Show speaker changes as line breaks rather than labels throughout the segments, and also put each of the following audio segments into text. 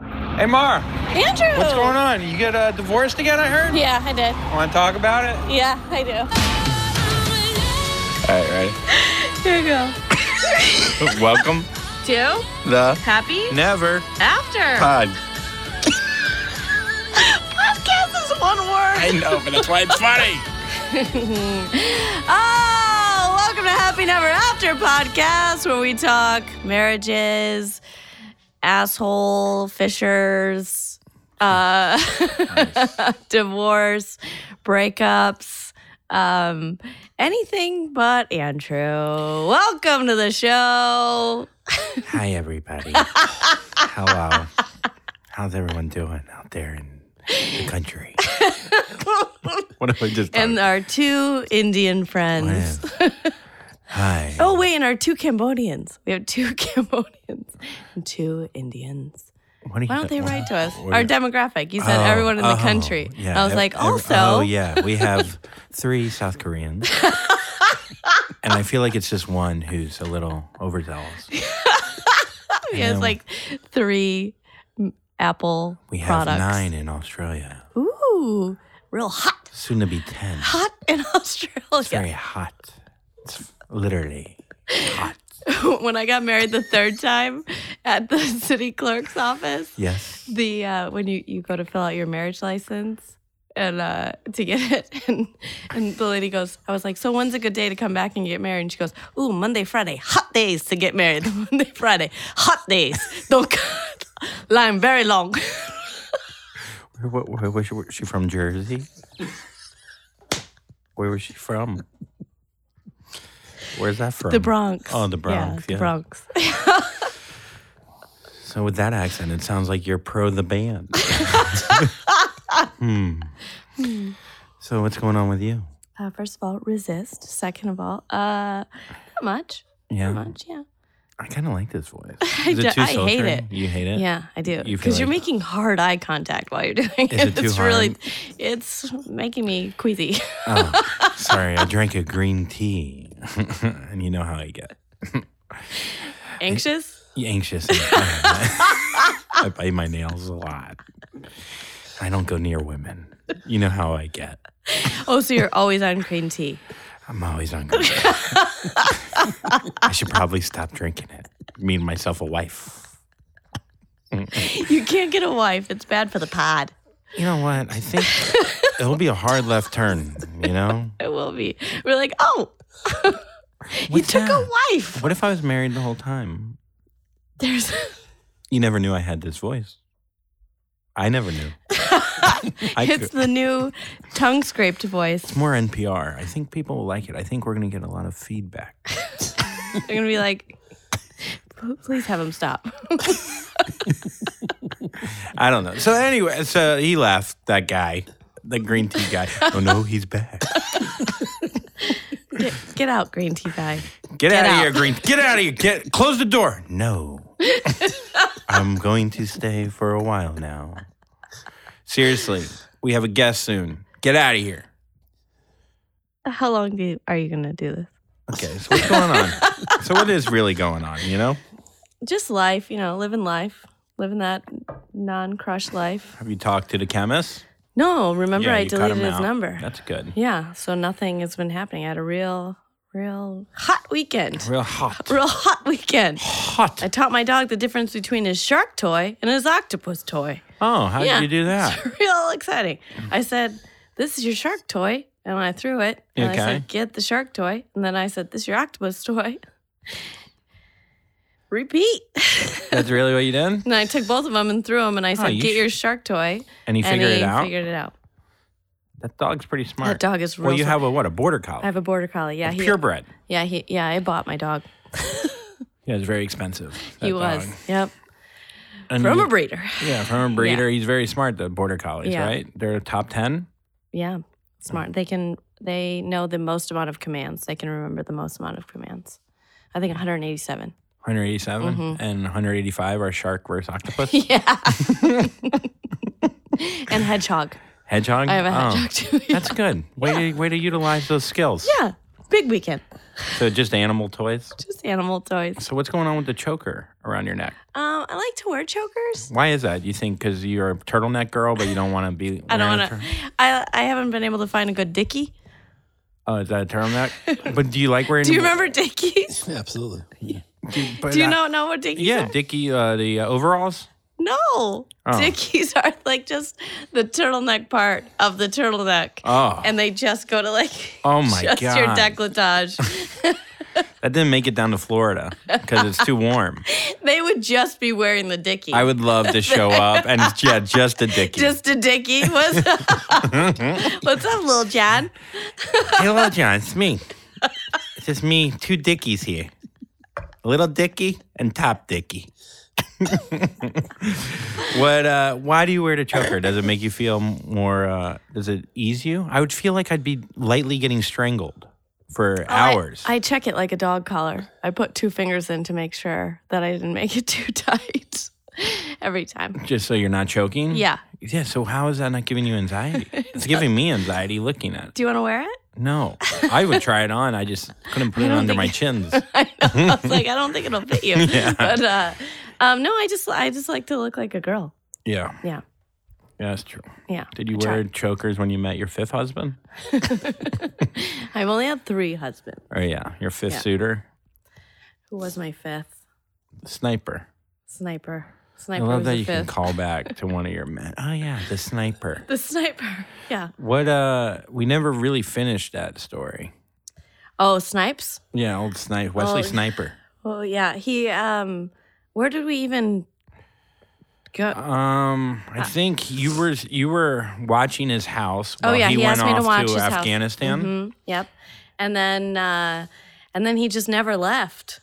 Hey, Mar,
Andrew!
what's going on? You get uh, divorced again, I heard?
Yeah, I did.
Want to talk about it?
Yeah, I do.
All right, ready?
Here you go.
Welcome
Do?
the
Happy?
Never
After.
Pod.
Podcast is one word.
I know, but that's why it's funny.
Oh, welcome to Happy Never After podcast, where we talk marriages, asshole fishers, uh, divorce, breakups, um, anything but Andrew. Welcome to the show.
Hi, everybody. Hello. How's everyone doing out there in the country? what if I just
And our two Indian friends.
Hi.
Oh, wait, and our two Cambodians. We have two Cambodians and two Indians.
What do you
Why don't they
what-
write to us?
what-
Our demographic. You said
Oh,
everyone in the
oh,
country.
yeah.
I was
Ev-
like,
ev-
also,
Oh, yeah. We have three South Koreans. and I feel like it's just one who's a little overzealous.
he has
yeah.
like three m- Apple
We have
products.
nine in Australia,
Ooh, real hot,
soon to be 10.
hot in
It's very
Australia.
hot. It's literally hot.
when I got married the third time at the city clerk's office,
Yes.
the uh, when you you go to fill out your marriage license and uh, to get it, and and the lady goes, I was like, so when's a good day to come back and get married? And she goes, Ooh, Monday, Friday, hot days to get married. Monday, Friday, hot days. Don't cut line very long.
Where, where, where, was she- was she from? Jersey? Where was she from? Where's that from?
The Bronx.
Oh, the Bronx,
the
yeah.
Bronx.
so, with that accent, it sounds like you're pro the band. hmm.
Hmm.
So, what's going on with you?
Uh, first of all, resist. Second of all, uh, not much.
Yeah.
Not much. Yeah.
I kind of like this voice.
I
Is
do-
it too
I hate
sultry?
it.
You hate it?
Yeah, I do.
You feel
Because you are
like-
making hard eye contact while you're doing it.
it too
it's really, it's making me queasy.
Oh, sorry, I drank a green tea. and you know how I get.
Anxious?
You anxious. and- I bite my nails a lot. I don't go near women. You know how I get.
Oh, so you're always on green tea.
I'm always on green tea. I should probably stop drinking it. Mean myself a wife.
You can't get a wife. It's bad for the pod.
You know what? I think it'll be a hard left turn, you know?
It will be. We're like, oh, you
What's
took a
that?
wife.
What if I was married the whole time?
There's
You never knew I had this voice. I never knew. I
it's
could,
the new tongue scraped voice.
it's more NPR. I think people will like it. I think we're going to get a lot of feedback.
They're gonna be like, "P- please have him stop.
I don't know. So anyway, so he left that guy, the green tea guy. Oh no, he's back.
Get, get out, green tea guy.
Get, out, of
out.
here, green. Get out of here. Get close the door. No. I'm going to stay for a while now. Seriously, we have a guest soon. Get out of here.
How long do you, are you gonna do this?
Okay, so what's going on? so what is really going on, you know?
Just life, you know, living life, living that non crush life.
Have you talked to the chemist?
No, remember I
you cut
deleted
him
his
out.
number.
That's good.
Yeah, so nothing has been happening. I had a real, real hot weekend.
Real hot.
Real hot weekend.
hot.
I taught my dog the difference between his shark toy and his octopus toy.
Oh, how
Yeah.
did you do that?
It's real exciting. I said, This is your shark toy. And I threw it. And I
Okay.
said, Get the shark toy. And then I said, This is your octopus toy. Repeat.
That's really what you did?
and I took both of them and threw them. And I said,
Oh, you
Get
sh-
your shark toy.
And he figured
and
it
he
out?
figured it out.
that dog's pretty smart.
That dog is real.
Well, you
smart.
have a what? A border collie?
I have a border collie. Yeah. He,
Purebred.
Yeah. He, yeah. I bought my dog.
Yeah, it's very expensive. that
He was.
dog.
Yep.
And
From
you-
a breeder.
Yeah, from a breeder. He's very smart, the border collies,
Yeah.
right? They're top 10.
Yeah, smart. They can they know the most amount of commands. They can remember the most amount of commands. I think 187.
187
Mm-hmm.
and 185 are shark versus octopus.
Yeah. and hedgehog.
Hedgehog.
I have a
Oh,
hedgehog too.
That's good. Way, to, way to utilize those skills.
yeah. Big weekend.
So just animal toys.
Just animal toys.
So what's going on with the choker around your neck?
Um, I like to wear chokers.
Why is that? You think because you're a turtleneck girl, but you don't want to be.
I don't
wearing a
want to.
tur-
I I haven't been able to find a good dickie.
Oh, is that a turtleneck? but do you like wearing?
Do you remember dickies?
Yeah, absolutely. Yeah.
Do, but
Do you
I-
not know what dickies
Yeah,
are?
Dickie, uh, the uh, overalls.
No.
Oh.
Dickies are like just the turtleneck part of the turtleneck.
Oh.
And they just go to like
Oh my
just your
God.
decolletage.
That didn't make it down to Florida because it's too warm.
they would just be wearing the dickie.
I would love to show up and yeah, just a Dickie.
just a dickie. What's up? What's up, little John?
Hello, John. It's me. It's just me, two Dickies here. Little Dickie and Top Dickie. what? Uh, why do you wear the choker? Does it make you feel more? Uh, does it ease you? I would feel like I'd be lightly getting strangled for hours.
Oh, I, I check it like a dog collar. I put two fingers in to make sure that I didn't make it too tight every time.
just so you're not choking.
Yeah.
Yeah. So how is that not giving you anxiety? It's giving me anxiety looking at. it.
Do you want to wear it?
No, I would try it on. I just couldn't put it
don't
under
think-
my chins.
I know. I was like, I don't think it'll fit you. But uh, um, no, I just I just like to look like a girl.
Yeah.
Yeah.
Yeah, that's true.
Yeah.
Did you
I try.
wear chokers when you met your fifth husband?
I've only had three husbands.
Or yeah, your fifth
Yeah.
suitor,
Who was my fifth?
sniper.
Sniper.
I
Sniper
love
was
that
the
you can
fifth.
call back to one of your men. Oh yeah, the sniper.
the sniper. Yeah.
What? Uh, we never really finished that story.
Oh, snipes.
Yeah, old snipe, Wesley
Oh.
Sniper.
Oh yeah. He. Um. Where did we even go?
Um,
Ah.
I think you were you were watching his house while
oh yeah.
he,
He,
went
asked me
off
to watch his house.
Afghanistan.
Mhm, Yep. And then, uh, and then he just never left.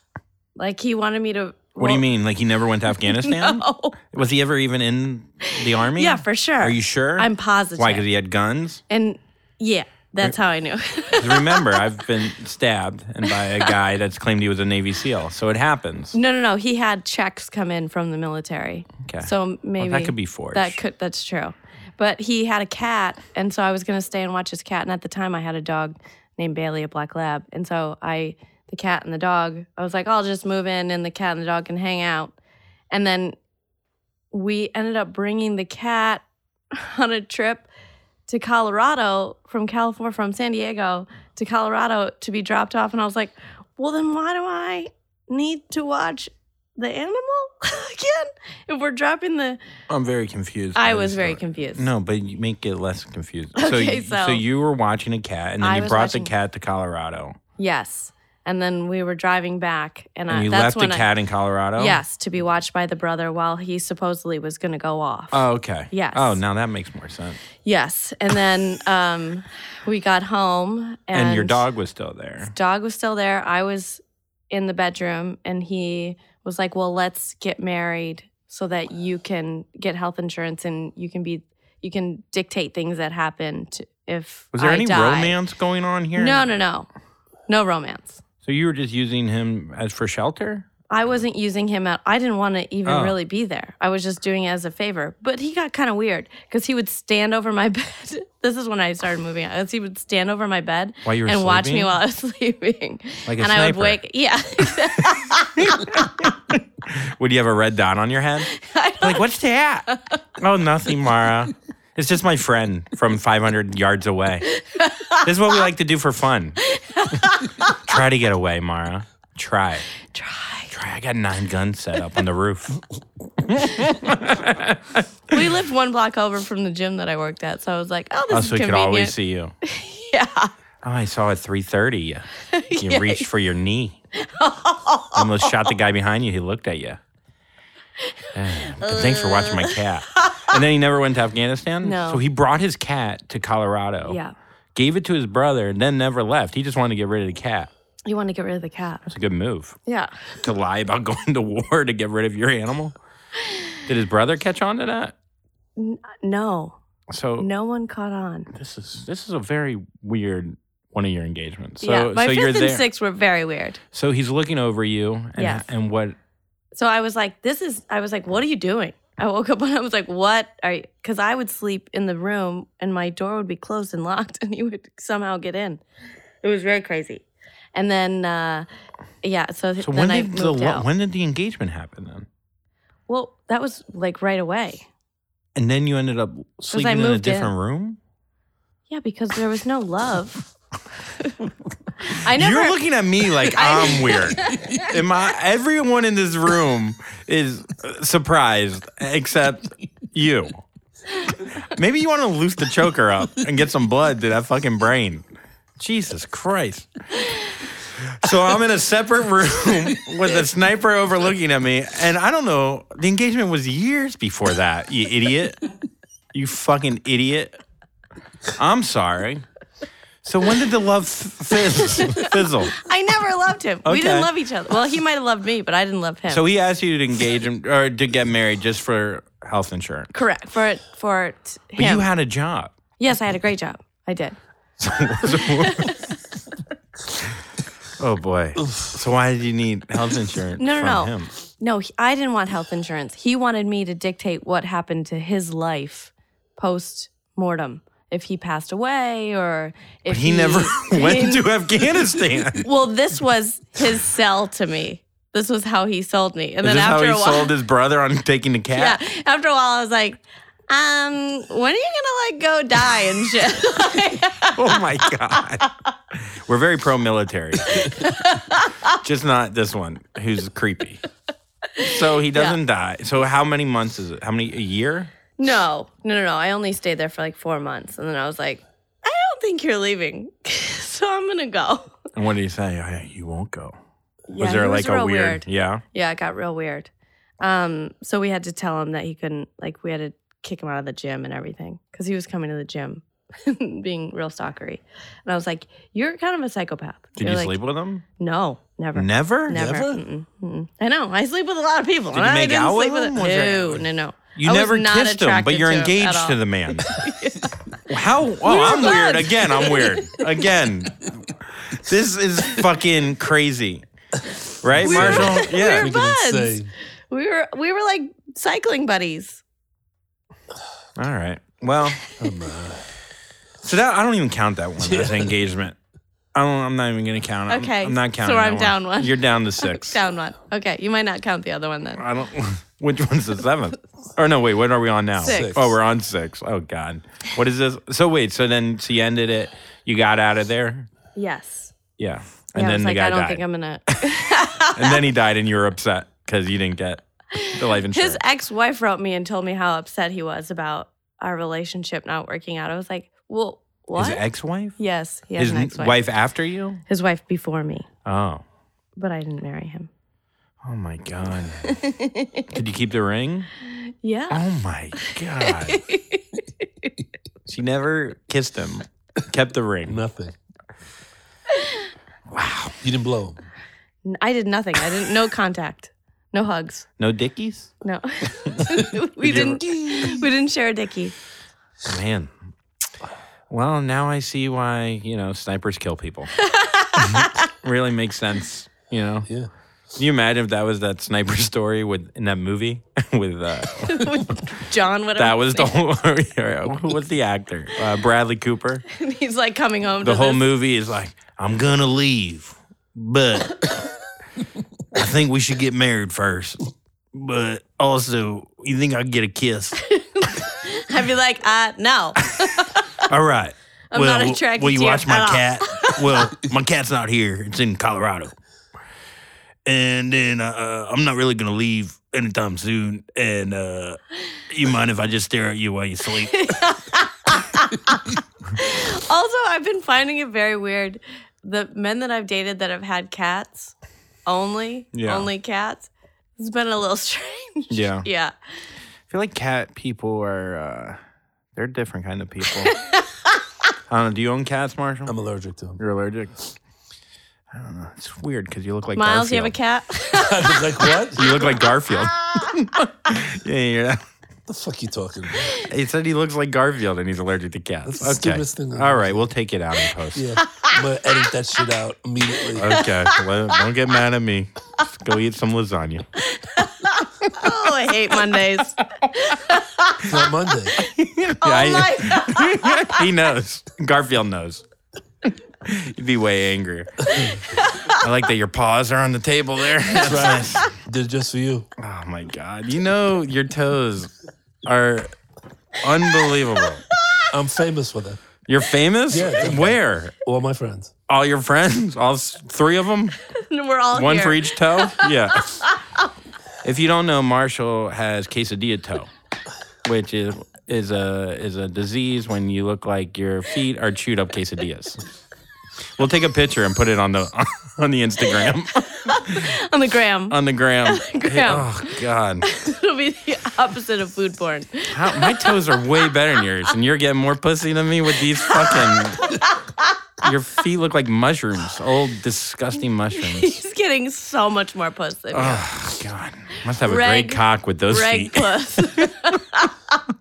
Like he wanted me to.
What do you mean? Like he never went to Afghanistan?
Oh.
Was he ever even in the army?
Yeah, for sure.
Are you sure?
I'm positive.
Why? Because he had guns.
And yeah, that's how I knew.
'Cause remember, I've been stabbed and by a guy that's claimed he was a Navy SEAL. So it happens.
no, no, no. He had checks come in from the military.
Okay.
So maybe
could be forged.
That could. That's true. But he had a cat, and so I was gonna stay and watch his cat. And at the time, I had a dog named Bailey, a black lab. And so I, the cat and the dog, I was like, I'll just move in, and the cat and the dog can hang out. And then we ended up bringing the cat on a trip to Colorado from California, from San Diego to Colorado to be dropped off. And I was like, well, then why do I need to watch the animal again if we're dropping the?
I'm very confused.
I
by
was
this
very
story.
confused.
No, but you make it less confusing. so,
Okay,
you,
so-
you were watching a cat, and then
I
you
was
brought
watching-
the cat to Colorado,
Yes. And then we were driving back, and,
and
I,
you left
that's
the
when
cat in Colorado.
I, yes, to be watched by the brother while he supposedly was going to go off.
Oh, okay.
Yes.
Oh, now that makes more sense.
yes. And then um, we got home, and,
And, your dog was still there.
dog was still there. I was in the bedroom, and he was like, "Well, let's get married so that you can get health insurance and you can be you can dictate things that happen to, if
Was there
I
any
die."
romance going on here?
No, no, no, no romance.
So you were just using him as for shelter?
I wasn't using him at. I didn't want to even
Oh.
really be there. I was just doing it as a favor. But he got kind of weird because he would stand over my bed. this is when I started moving out. 'Cause He would stand over my bed
While you were
and watch me
sleeping?
while I was sleeping.
Like a
and I would
sniper.
wake. Yeah.
Would you have a red dot on your head? Like, what's that? oh, nothing, Mara. It's just my friend from 500 yards away. This is what we like to do for fun. Try to get away, Mara. Try.
Try.
Try. I got nine guns set up on the roof.
we lived one block over from the gym that I worked at, so I was like, "Oh, this
Oh,
is
so we could
convenient."
always see you.
yeah,
Oh, I saw at 3.30 you. You reached for your knee. Almost shot the guy behind you. He looked at you. Eh, but thanks for watching my cat. And then he never went to Afghanistan.
No.
So he brought his cat to Colorado.
yeah.
Gave it to his brother and then never left. He just wanted to get rid of the cat.
You want to get rid of the cat?
It's a good move
Yeah.
to lie about going to war to get rid of your animal. Did his brother catch on to that?
No,
So
no one caught on.
this is this is a very weird one of your engagements. So
yeah, my
so
fifth
you're
and
there.
sixth were very weird.
So he's looking over you and
Yes.
and what
So I was like, "This is." I was like, "What are you doing?" I woke up and I was like, "What are?" you Because I would sleep in the room and my door would be closed and locked, and he would somehow get in. It was very crazy. And then, uh, yeah. So,
So
then
when
I
did the
moved
lo-
out.
when did the engagement happen then?
well, that was like right away.
And then you ended up sleeping in a
moved in.
different room.
Yeah, because there was no love. I never.
You're looking at me like
I-
I'm weird. Am I? Everyone in this room is uh, surprised except you. Maybe you want to loose the choker up and get some blood to that fucking brain. Jesus Christ. So I'm in a separate room with a sniper overlooking at me, and I don't know. The engagement was years before that. You idiot. You fucking idiot. I'm sorry. So when did the love fizz, fizzle?
I never loved him. We didn't
Okay.
love each other. Well, he might have loved me, but I didn't love him.
So he asked you to engage him or to get married just for health insurance.
correct for for t-
But
him.
you had a job.
yes, I had a great job. I did.
Oh boy. So why did you need health insurance
No, no,
from
no.
him?
No, he- I didn't want health insurance. He wanted me to dictate what happened to his life post mortem. If he passed away or if
He never went to Afghanistan.
Well, this was his sell to me. This was how he sold me. And
Is
then
this how
after
he
a while
sold his brother on taking the
Yeah.
cat?
After a while I was like, um, when are you gonna like go die and shit? Like,
Oh my god. We're very pro military. just not this one who's creepy. So he doesn't die. So how many months is it? How many a year?
no, no, no, no. I only stayed there for like four months and then I was like, I don't think you're leaving. so I'm gonna go.
And what did he say? Oh, you won't go.
Yeah,
was there
he
like a
real
weird, yeah?
Yeah, it got real weird. Um, so we had to tell him that he couldn't, like, we had to kick him out of the gym and everything because he was coming to the gym being real stalkery. And I was like, You're kind of a psychopath.
Did
You're
you
like,
sleep with him?
No, never.
Never?
Never.
Never?
Mm-mm, mm-mm. I know. I sleep with a lot of people.
Did
and
you
I
make
didn't
out with
sleep
him?
with
Was there-
No, no, no.
You
I was
never
not
kissed him, but
attracted
you're
to him at
engaged
all.
to the man. How? Oh,
were
I'm weird.
buds.
Again, I'm weird. Again. This is fucking crazy. Right,
We were-
Marshall?
we
yeah.
were- buds. We were we were like cycling buddies.
All right. Well, so that I don't even count that one as engagement. I don't, I'm not even going to count it. I'm-
Okay,
I'm, not
so
counting.
I'm
that
down one.
You're down to six.
Down one. Okay, you might not count the other one then.
I don't. Which one's the seventh? Or no, wait. What are we on now?
Six.
Oh, we're on six. Oh God. What is this? So wait. So then she ended it. You got out of there.
Yes.
Yeah.
Yeah,
And
I
then
was
the
like,
guy
I don't
died.
think I'm gonna
and then he died, and you were upset because you didn't get the life insurance.
His ex wife wrote me and told me how upset he was about our relationship not working out. I was like, well, what?
His ex-wife.
yes, he had
His
an
n-
ex wife.
wife after you.
His wife before me,
Oh.
but I didn't marry him.
Oh my God. Did you keep the ring?
Yeah.
Oh my God. she never kissed him. Kept the ring.
Nothing. Wow. You didn't blow him.
N- I did nothing. I didn't, no contact, no hugs.
No dickies.
No, we
Did you
didn't. We didn't share a dicky.
Man. Well, now I see why, you know, snipers kill people. really makes sense, you know.
Yeah.
Can you imagine if that was that sniper story with in that movie with uh
John, whatever.
that was the whole who was the actor? Uh, Bradley Cooper.
He's like coming home.
The
to
whole
this.
movie is like, I'm gonna leave, but I think we should get married first. But also, you think I can get a kiss?
I'd be like, uh, no.
All right.
I'm not attracted
Will you
to you
watch my
at all.
cat? well, my cat's not here. It's in Colorado. And then uh, I'm not really gonna leave anytime soon. And uh, you mind if I just stare at you while you sleep?
Also, I've been finding it very weird. The men that I've dated that have had cats, only,
Yeah.
only cats, it's been a little strange.
Yeah.
Yeah.
I feel like cat people are uh, they're different kind of people. I don't know. Do you own cats, Marshall?
I'm allergic to him.
You're allergic. I don't know. It's weird because you look like
Miles, you have a
Garfield.
cat?
I was like, what?
You look like Garfield. yeah, yeah.
the fuck you talking about?
He said he looks like Garfield and he's allergic to cats.
That's the
okay.
stupidest thing I've
All
ever
right, we'll take it out in post.
Yeah. I'm going to edit that shit out immediately.
Okay. Well, don't get mad at me. Just go eat some lasagna.
oh, I hate Mondays.
It's not Monday.
Yeah,
Oh
I-
my God.
he knows. Garfield knows. You'd be way angrier. I like that your paws are on the table there.
That's right. Did it just for you.
Oh my God. You know, your toes are unbelievable.
I'm famous for that.
You're famous?
Yeah, it's okay.
Where?
All my friends.
All your friends? All s- three of them?
We're all
One
here.
for each toe? Yeah. if you don't know, Marshall has quesadilla toe, which is is a is a disease when you look like your feet are chewed up quesadillas. We'll take a picture and put it on the on the Instagram,
on the gram.
on the gram.
Gram.
Oh God,
It'll be the opposite of food porn.
How, my toes are way better than yours, and you're getting more pussy than me with these fucking. Your feet look like mushrooms, old disgusting mushrooms.
He's getting so much more puss than me.
Oh God, must have a
Reg-
great cock with those feet.
Reg puss.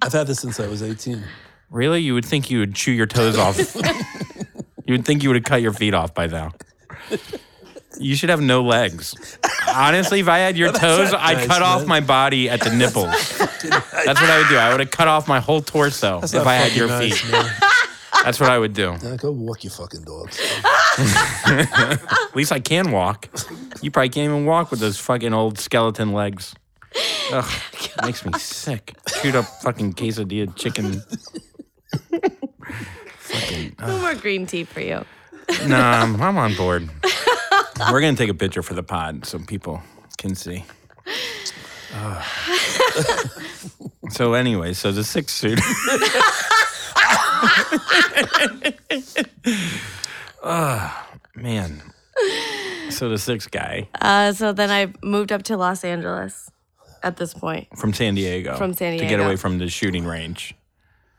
I've had this since I was 18.
Really? You would think you would chew your toes off. you would think you would have cut your feet off by now. You should have no legs. Honestly, if I had your toes,
not
I'd
nice,
cut off
man.
my body at the nipples. That's what I would do. I would have cut off my whole torso if
not
I had
fucking
your
nice,
feet.
man.
That's what I would do.
Now go walk your fucking dogs.
At least I can walk. You probably can't even walk with those fucking old skeleton legs. Ugh, makes me sick. Chewed up fucking quesadilla chicken.
No more green tea for you.
Nah, I'm, I'm on board. We're gonna take a picture for the pod so people can see. Ugh. so anyway, so the six shooter. oh man. So the six guy
Uh, so then I moved up to Los Angeles at this point,
from San Diego.
From San
To get
Diego.
away from the shooting range.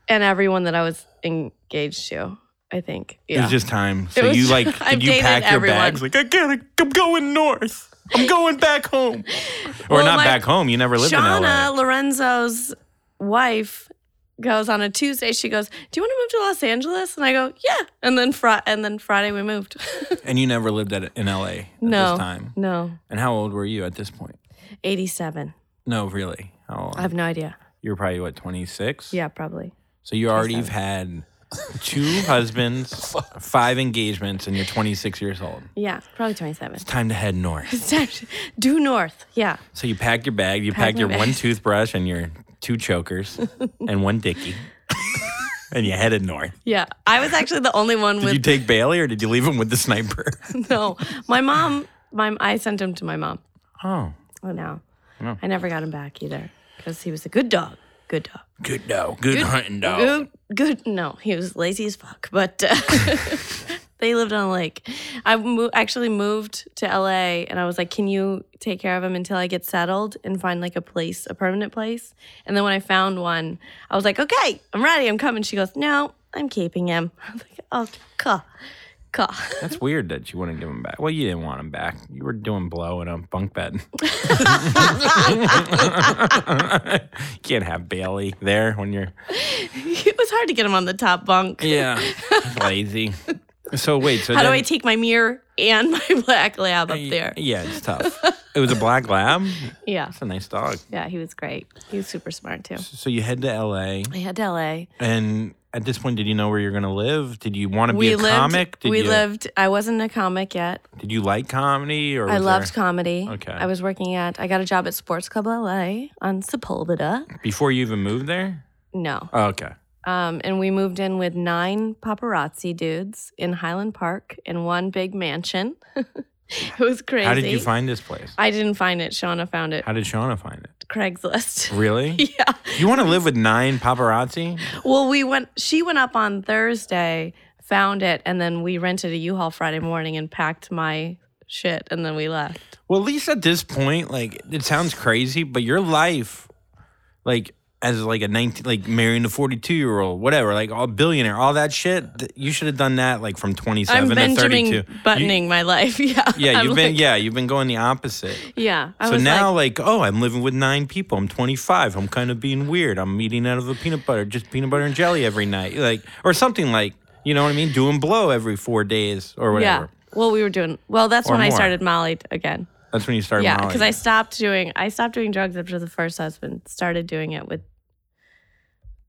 and everyone that I was engaged to, I think.
It
Yeah.
was just time. So
was-
you like
I've
did you
dated
pack your
everyone.
bags? Like I gotta I'm going north. I'm going back home. Or
Well,
not
my-
back home. You never lived in LA.
Shauna Lorenzo's wife goes on a Tuesday. She goes, "Do you want to move to Los Angeles?" And I go, "Yeah." And then Friday, and then Friday we moved.
And you never lived at in LA at
no,
this time.
no,
And how old were you at this point?
eighty-seven.
No, really. How old?
I have no idea.
you were probably what, 26?
Yeah, probably.
So you already have had two husbands, five engagements, and you're 26 years old.
Yeah, probably twenty-seven.
Time to head north.
Due north. Yeah.
So you packed your bag, you
Packed
packed
my
your
bag.
one toothbrush and your two chokers and one dicky. and you headed north.
Yeah, I was actually the only one
Did you
with
take Bailey or did you leave him with the sniper?
no. My mom, my I sent him to my mom.
Oh,
Oh no, I never got him back either because he was a good dog. Good dog.
good dog. Good, hunting dog.
Good, good. No, he was lazy as fuck. But uh, they lived on a lake. I mo- actually moved to LA, and I was like, "Can you take care of him until I get settled and find like a place, a permanent place?" And then when I found one, I was like, "Okay, I'm ready. I'm coming." She goes, "No, I'm keeping him." I was like, "Oh, cool, cool."
That's weird that you wouldn't give him back. Well, you didn't want him back. You were doing blow in a bunk bed. Can't have Bailey there when you're
it was hard to get him on the top bunk.
yeah lazy. So wait, so
How do
then-
I take my mirror and my black lab up there?
Yeah, it's tough. it was a black lab.
Yeah.
It's a nice dog.
Yeah, he was great. He was super smart too.
So you head to L.A.
I had to LA.
and at this point, did you know where you're gonna live? Did you want to be
we
a
lived,
comic? Did
we
you,
lived. I wasn't a comic yet.
Did you like comedy or
I
was
loved
there-
comedy.
Okay.
I was working at. I got a job at Sports Club LA on Sepulveda.
before you even moved there?
No.
Oh, okay.
Um, and we moved in with nine paparazzi dudes in Highland Park in one big mansion. it was crazy.
How did you find this place?
I didn't find it. Shauna found it.
How did Shauna find it?
Craigslist.
Really?
yeah.
You want to live with nine paparazzi?
Well, we went. She went up on Thursday, found it, and then we rented a U-Haul Friday morning and packed my shit, and then we left.
Well, at least at this point, like it sounds crazy, but your life, like as like a nineteen, like marrying a forty-two year old, whatever, like all billionaire, all that shit, th- you should have done that like from
I'm
twenty-seven to
Benjamin
thirty-two.
buttoning my life. Yeah.
You- yeah,
I'm
you've been
like-
yeah, you've been going the opposite.
Yeah. I
so
was
now,
like,
like, oh, I'm living with nine people. I'm 25. I'm kind of being weird. I'm eating out of a peanut butter, just peanut butter and jelly every night, like, or something like, you know what I mean? Doing blow every four days or
yeah.
whatever.
Well, we were doing well. That's
Or
when I
more.
started Molly again.
That's when you started.
yeah,
Molly.
because I stopped doing I stopped doing drugs after the first husband. Started doing it with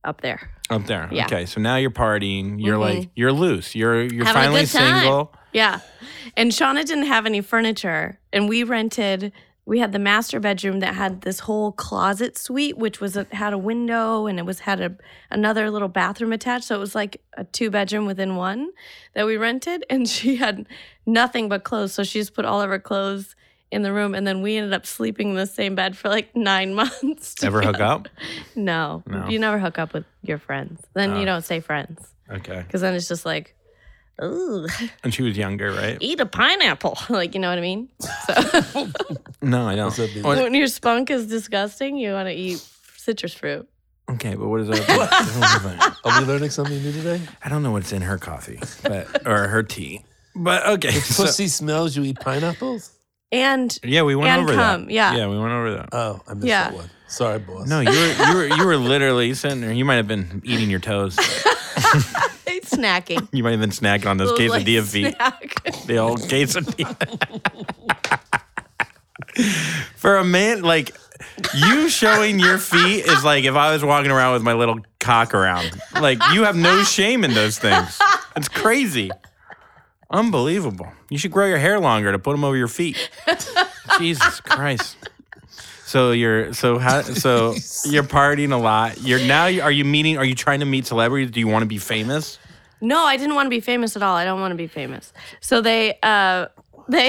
up there.
Up there.
Yeah. Mm-hmm.
Okay. So now you're partying. You're like you're loose. You're you're
Having a
finally
good time.
single.
Yeah. And Shauna didn't have any furniture. And we rented, we had the master bedroom that had this whole closet suite, which was a, had a window and it was had a, another little bathroom attached. So it was like a two bedroom within one that we rented. And she had nothing but clothes. So she just put all of her clothes in the room. And then we ended up sleeping in the same bed for like nine months.
Ever hook up?
No.
No.
You never hook up with your friends. Then
Oh.
you don't say friends
Okay.
because then it's just like, ooh
And she was younger, right?
eat a pineapple. Like, you know what I mean?
No, I don't.
What's that mean?
What-
When your spunk is disgusting, you want to eat citrus fruit.
Okay, but what is that?
Are we learning something new today?
I don't know what's in her coffee, but or her tea. But okay. so-
Pussy smells. You eat pineapples.
And
yeah, we went
And
over
cum,
that.
yeah.
Yeah, we went over that.
Oh, I missed
Yeah.
that one. Sorry, boss.
No, you were you were you were literally sitting there. You might have been eating your toes.
snacking.
You might have been snacking on those
Little, like,
quesadilla feet.
snack.
The old quesadilla. For a man, like you showing your feet is like if I was walking around with my little cock around. Like you have no shame in those things. It's crazy. Unbelievable. You should grow your hair longer to put them over your feet. Jesus Christ. So you're so how so you're partying a lot. You're now are you meeting are you trying to meet celebrities? Do you want to be famous?
no, I didn't want to be famous at all. I don't want to be famous. So they, uh, they,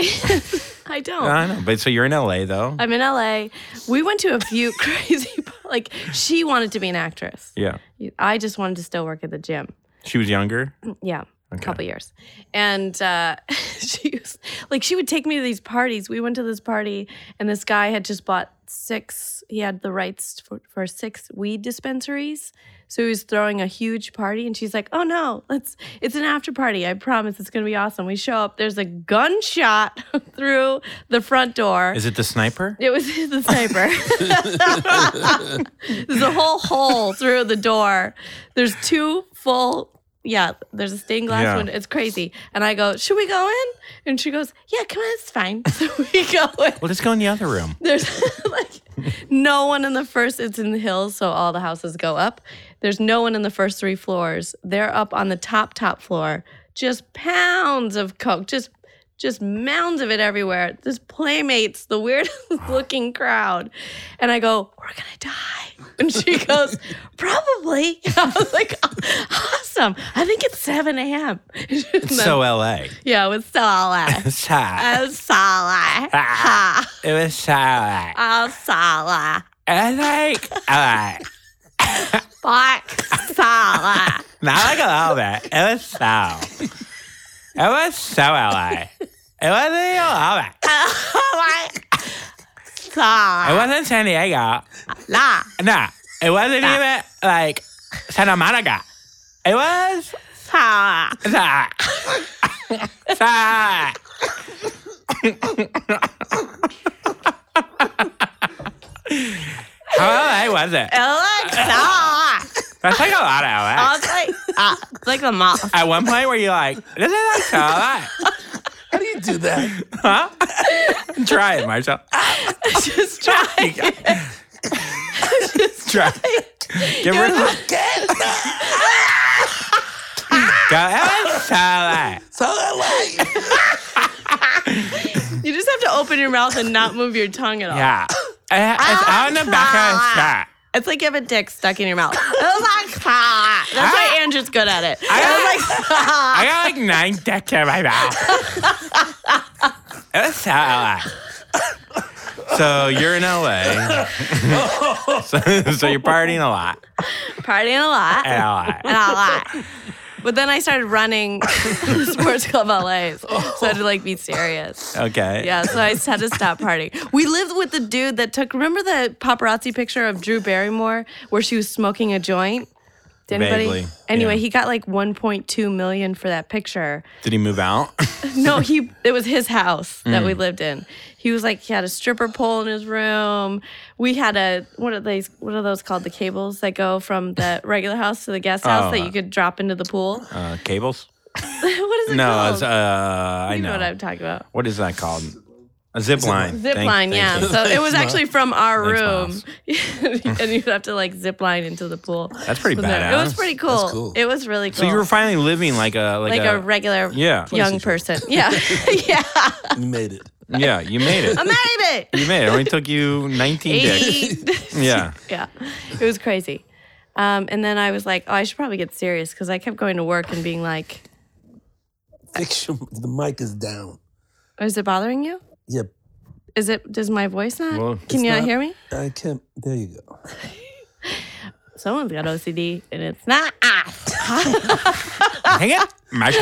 I don't.
I don't know. But so you're in LA though.
I'm in LA. We went to a few crazy, like, she wanted to be an actress.
Yeah.
I just wanted to still work at the gym.
She was younger.
Yeah, a couple years. And uh, she was like, she would take me to these parties. We went to this party, and this guy had just bought six, he had the rights for, for six weed dispensaries. So he was throwing a huge party, and she's like, oh no, let's, it's an after party. I promise it's going to be awesome. We show up, there's a gunshot through the front door.
Is it the sniper?
It was the sniper. there's a whole hole through the door. There's two full. Yeah, there's a stained glass
Yeah.
window. It's crazy. And I go, should we go in? And she goes, yeah, come on, it's fine. So we go in.
Well, let's go in the other room.
There's like no one in the first. It's in the hills, so all the houses go up. There's no one in the first three floors. They're up on the top top floor. Just pounds of coke. Just just mounds of it everywhere. Just playmates, the weirdest looking crowd. And I go, we're gonna die. And she goes, probably. I was like, awesome. I think it's 7 a.m. It's
So LA.
yeah, it was so loud.
It's hot.
I was so loud. Ha. Ah,
It was so hot.
I was so loud.
I like LA.
Black Sala.
Not like a little bit. It was so. It was so LA. It wasn't even LA.
Black
It
Sala.
wasn't San Diego.
La.
No. It wasn't even like Santa Monica. It was
Sala.
so. so. How LA was it?
Black Sala.
That's like a lot of LA.
I was like, uh, like the mall.
At one point, were you like, this is like so hot?
How do you do that?
Try it, Marshall.
Just try.
Try it. Give her a Go, it was so hot.
So LA.
You just have to open your mouth and not move your tongue at all.
Yeah. It- It's on the back of his shirt.
It's like you have a dick stuck in your mouth. It was like Sala. That's why Andrew's good at it.
I got,
It
like,
was like Sala.
I got like nine dicks in my mouth. It was so hot. So you're in LA. so, so you're partying a lot.
Partying a lot.
In LA.
and a lot. But then I started running Sports Club LA. So I had to like be serious.
Okay.
Yeah, so I just had to stop partying. We lived with the dude that took remember the paparazzi picture of Drew Barrymore where she was smoking a joint? Did anybody?
Vaguely,
Anyway,
yeah.
he got like 1.2 million for that picture.
Did he move out?
No, he it was his house that
Mm.
we lived in. He was like he had a stripper pole in his room. We had a what are these what are those called? The cables that go from the regular house to the guest house
Oh.
that you could drop into the pool.
Uh, cables?
what is it
No,
called?
it's, uh, I
you
know.
know what I'm talking about.
What is that called? A zip line.
Zip
Thank-
line,
thank
yeah.
you.
So it was
Thanks, Ma.
actually from our
Thanks,
room, and you'd have to like zip line into the pool.
That's pretty
from there.
badass.
It was pretty cool.
cool.
It was really cool.
So you were finally living like a like,
like a, regular
yeah.
young
PlayStation.
person. Yeah, yeah.
You made it.
yeah. You made it.
I'm out of it.
You made it. It only took you 19 days.
Eight.
Yeah.
yeah, it was crazy. Um, and then I was like, oh, I should probably get serious because I kept going to work and being like,
Fix your, the mic is down.
is it bothering you?
Yeah,
Is it? Does my voice not?
Well,
Can
it's
you not
not-
hear me?
I can't. There you go.
Someone's got OCD, and it's not us.
Hang it. Masha.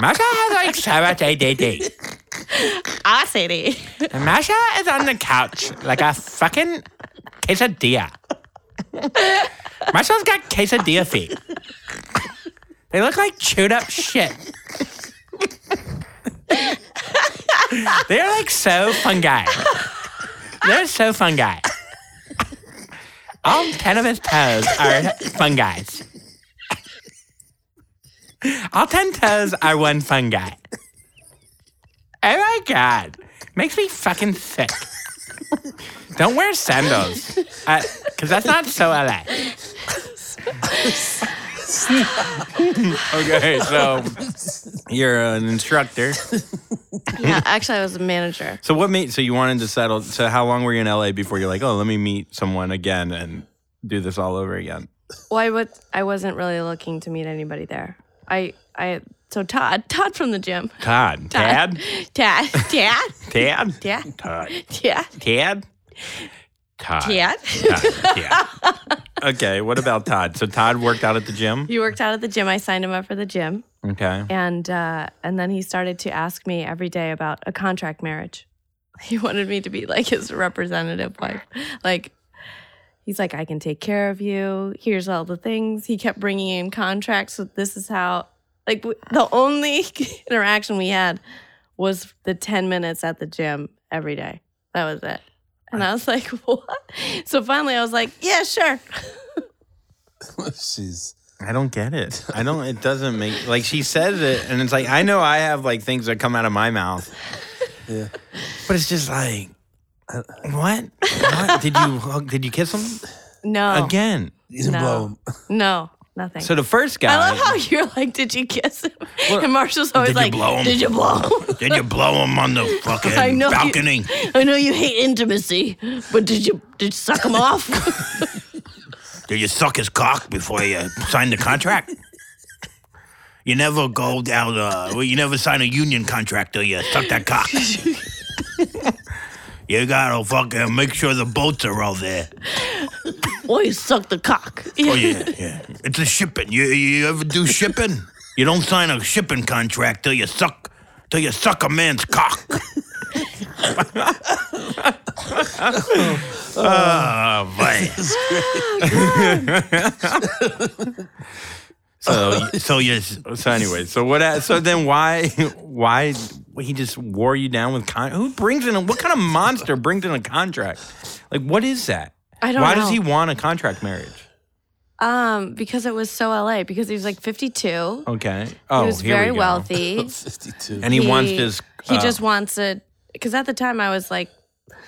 Masha has like seven ADD.
OCD.
And Masha is on the couch like a fucking quesadilla. Masha's got quesadilla feet. They look like chewed up shit. They're like so fungi. They're so fungi. All ten of his toes are fungi. All ten toes are one fungi. Oh my god. Makes me fucking sick. Don't wear sandals. Because that's not so LA. okay, so you're an instructor.
yeah, actually, I was a manager.
So what made so you wanted to settle? So how long were you in LA before you're like, oh, let me meet someone again and do this all over again?
Well, I, would, I wasn't really looking to meet anybody there. I, I, so Todd, Todd from the gym.
Todd, Tad,
Tad, Tad,
Tad,
Tad,
Todd,
Tad,
Tad, Todd,
Tad.
Todd, Tad. Okay, what about Todd? So Todd worked out at the gym.
He worked out at the gym. I signed him up for the gym,
Okay.
and uh, and then he started to ask me every day about a contract marriage. He wanted me to be like his representative wife. Like he's like, I can take care of you. Here's all the things. He kept bringing in contracts. So this is how. Like w- the only interaction we had was the ten minutes at the gym every day. That was it. And I was like, what? So finally, I was like, yeah, sure.
She's
I don't get it. I don't. It doesn't make like she says it, and it's like I know I have like things that come out of my mouth,
yeah.
but it's just like, uh, what? what? Did you hug- did you kiss him
No.
again?
You didn't
No.
blow him.
No, nothing.
So the first guy.
I love how you're like, did you kiss him? and Marshall's always
Did you
like,
blow him?
did you blow him?
Did you blow him on the fucking
I know you-
balcony?
I know you hate intimacy, but did you did you suck him off?
Did you suck his cock before you signed the contract? You never go down. Uh, well, you never sign a union contract till you suck that cock. you gotta fucking make sure the boats are all there.
or you sucked the cock?
Oh yeah, yeah. It's a shipping. You you ever do shipping? You don't sign a shipping contract till you suck till you suck a man's cock. oh boy. so so you
So anyway, so what? So then why? Why he just wore you down with con? Who brings in? A, what kind of monster brings in a contract? Like what is that?
I don't
why
know.
does he want a contract marriage?
Um, because it was so LA. Because he was like 52.
Okay. Oh,
he was
here we
very
go.
wealthy.
52.
and he, wants his.
He
uh,
just wants it because at the time I was like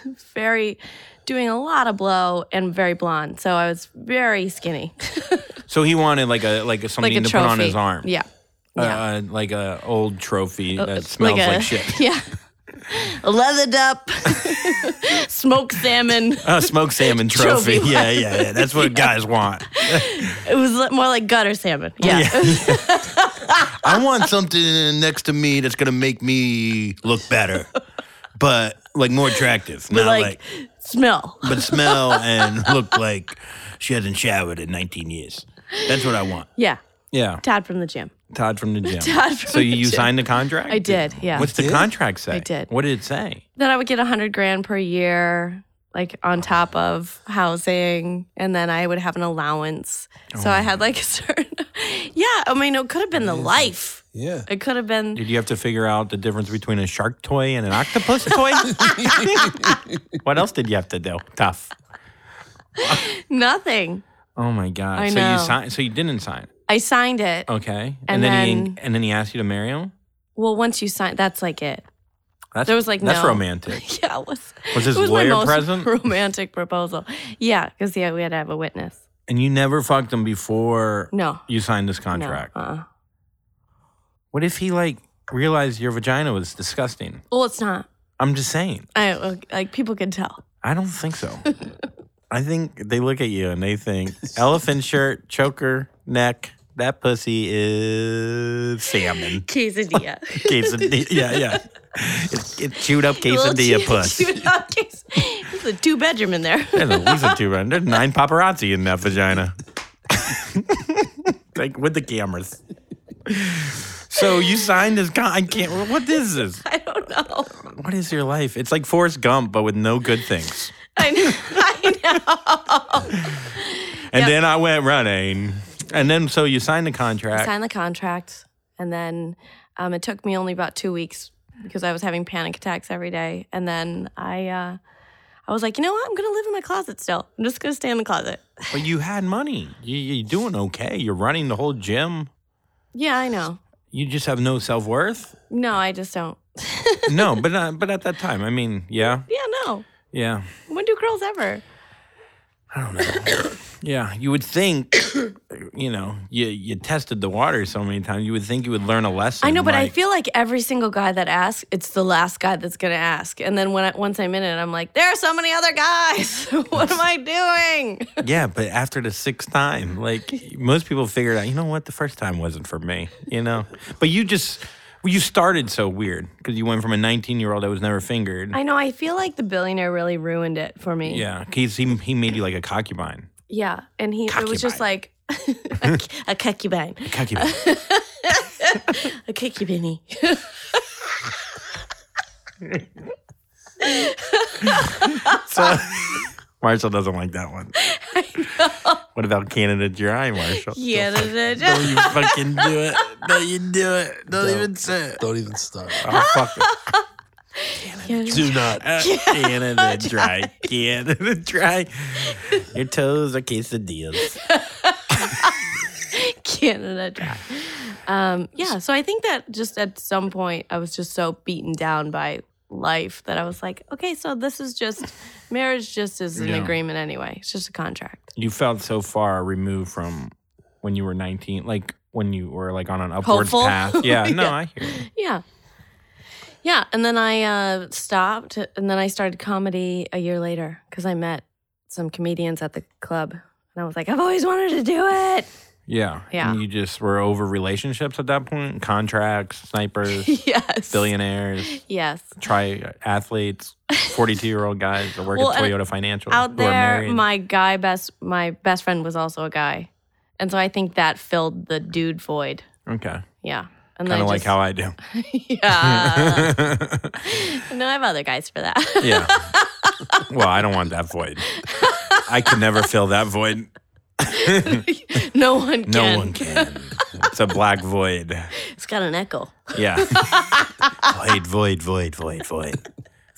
very doing a lot of blow and very blonde, so I was very skinny,
So he wanted like a like
like
something
a
to
trophy
put on his arm.
Yeah.
Uh,
yeah.
uh, like a old trophy
Oh,
that smells like, shit.
Yeah. Leathered up, smoked salmon.
A Uh, smoked salmon trophy.
Trophy.
yeah, yeah, yeah. That's what guys want.
It was li- more like gutter salmon. Yeah.
I want something next to me that's gonna make me look better. But like more attractive. Not
like,
like
smell.
but smell and look like she hasn't showered in 19 years. That's what I want.
Yeah.
Yeah.
Todd from the gym.
Todd from the gym.
Todd from
so you,
the
you
gym.
signed the contract?
I did. Yeah.
What's the contract say?
I did.
What did it say?
then I would get a hundred grand per year, like on top of housing, and then I would have an allowance. So I had like a certain. Yeah. I mean, it could have been the life.
Yeah.
It could have been.
Did you have to figure out the difference between a shark toy and an octopus toy? what else did you have to do? Tough.
Nothing.
Oh my god.
I
so you
know.
signed so you didn't sign.
I signed it.
Okay.
And
then, he
then-
and then he asked you to marry him?
Well, once you sign, that's like it.
That's,
There was like
that's
no.
romantic.
yeah, it was.
Was his
it was my
lawyer
most
present?
Romantic proposal. Yeah, because yeah, we had to have a witness.
And you never fucked him before
No,
you signed this
no.
contract.
Uh-uh.
What if he like realized your vagina was disgusting?
Well, it's not.
I'm just saying.
I uh, like people can tell.
I don't think so. I think they look at you and they think elephant shirt, choker, neck. That pussy is salmon.
Quesadilla.
Quesadilla. Yeah, yeah. It, it chewed up
Little
quesadilla
chew-
puss.
chewed up Ques- It's a two bedroom in there.
There's at least a two run. There's nine paparazzi in that vagina. like with the cameras. So you signed this con- I can't. What is this?
I don't know.
What is your life? It's like Forrest Gump, but with no good things.
I know. I know.
And then I went running. And then so you signed the contract.
Signed the contract, and then um, it took me only about two weeks because I was having panic attacks every day. And then I, uh, I was like, you know what? I'm gonna live in my closet still. I'm just gonna stay in the closet.
but you had money. You, you're doing okay. You're running the whole gym.
Yeah, I know.
You just have no self worth.
No, I just don't.
no, but uh, but at that time, I mean, yeah,
Yeah, no.
yeah.
When do girls ever?
I don't know. yeah, you would think, you know, you you tested the water so many times. You would think you would learn a lesson.
I know, but I
like,
feel like every single guy that asks, it's the last guy that's gonna ask. And then when I, once I'm in it, I'm like, there are so many other guys. what am I doing?
Yeah, but after the sixth time, like most people figured out, you know what, the first time wasn't for me. You know, but you just. well, You started so weird because you went from a 19 year old that was never fingered.
I know. I feel like the billionaire really ruined it for me.
yeah, he's, he, he made you like a concubine.
Yeah, and he it was just like a, a concubine,
A concubine.
a concubine.
so, Marshall doesn't like that one. What about Canada Dry, Marshall?
yeah, da, da, da.
Don't you fucking do it. Don't you do it. Don't
Don't.
even say it.
Don't even start.
Oh, fuck it.
Yeah, da-
Do not.
Uh, Canada Dry. Canada Dry. Your toes are quesadillas.
Canada Dry. Um, yeah, so I think that just at some point I was just so beaten down by life that I was like, okay, so this is just marriage. Just is an
Yeah.
agreement anyway. It's just a contract.
You felt so far removed from when you were 19, like when you were like on an upwards
Hopeful.
path. Yeah, no,
Yeah.
I hear you.
Yeah. Yeah, and then I uh, stopped, and then I started comedy a year later because I met some comedians at the club, and I was like, I've always wanted to do it.
Yeah.
Yeah.
And you just were over relationships at that point? Contracts, snipers,
yes.
billionaires,
Yes.
tri athletes, 42 year old guys that work
Well,
at
and
Toyota Financial.
Out
who are
there,
married.
my guy best my best friend was also a guy. And so I think that filled the dude void.
Okay.
Yeah. And
Kind
I
of like
just- Uh-huh.
how I do.
Yeah. and then I have other guys for that.
Yeah. well, I don't want that void. I could never fill that void.
no one can.
No one can. It's a black void.
It's got an echo.
Yeah. void, void, void, void, void.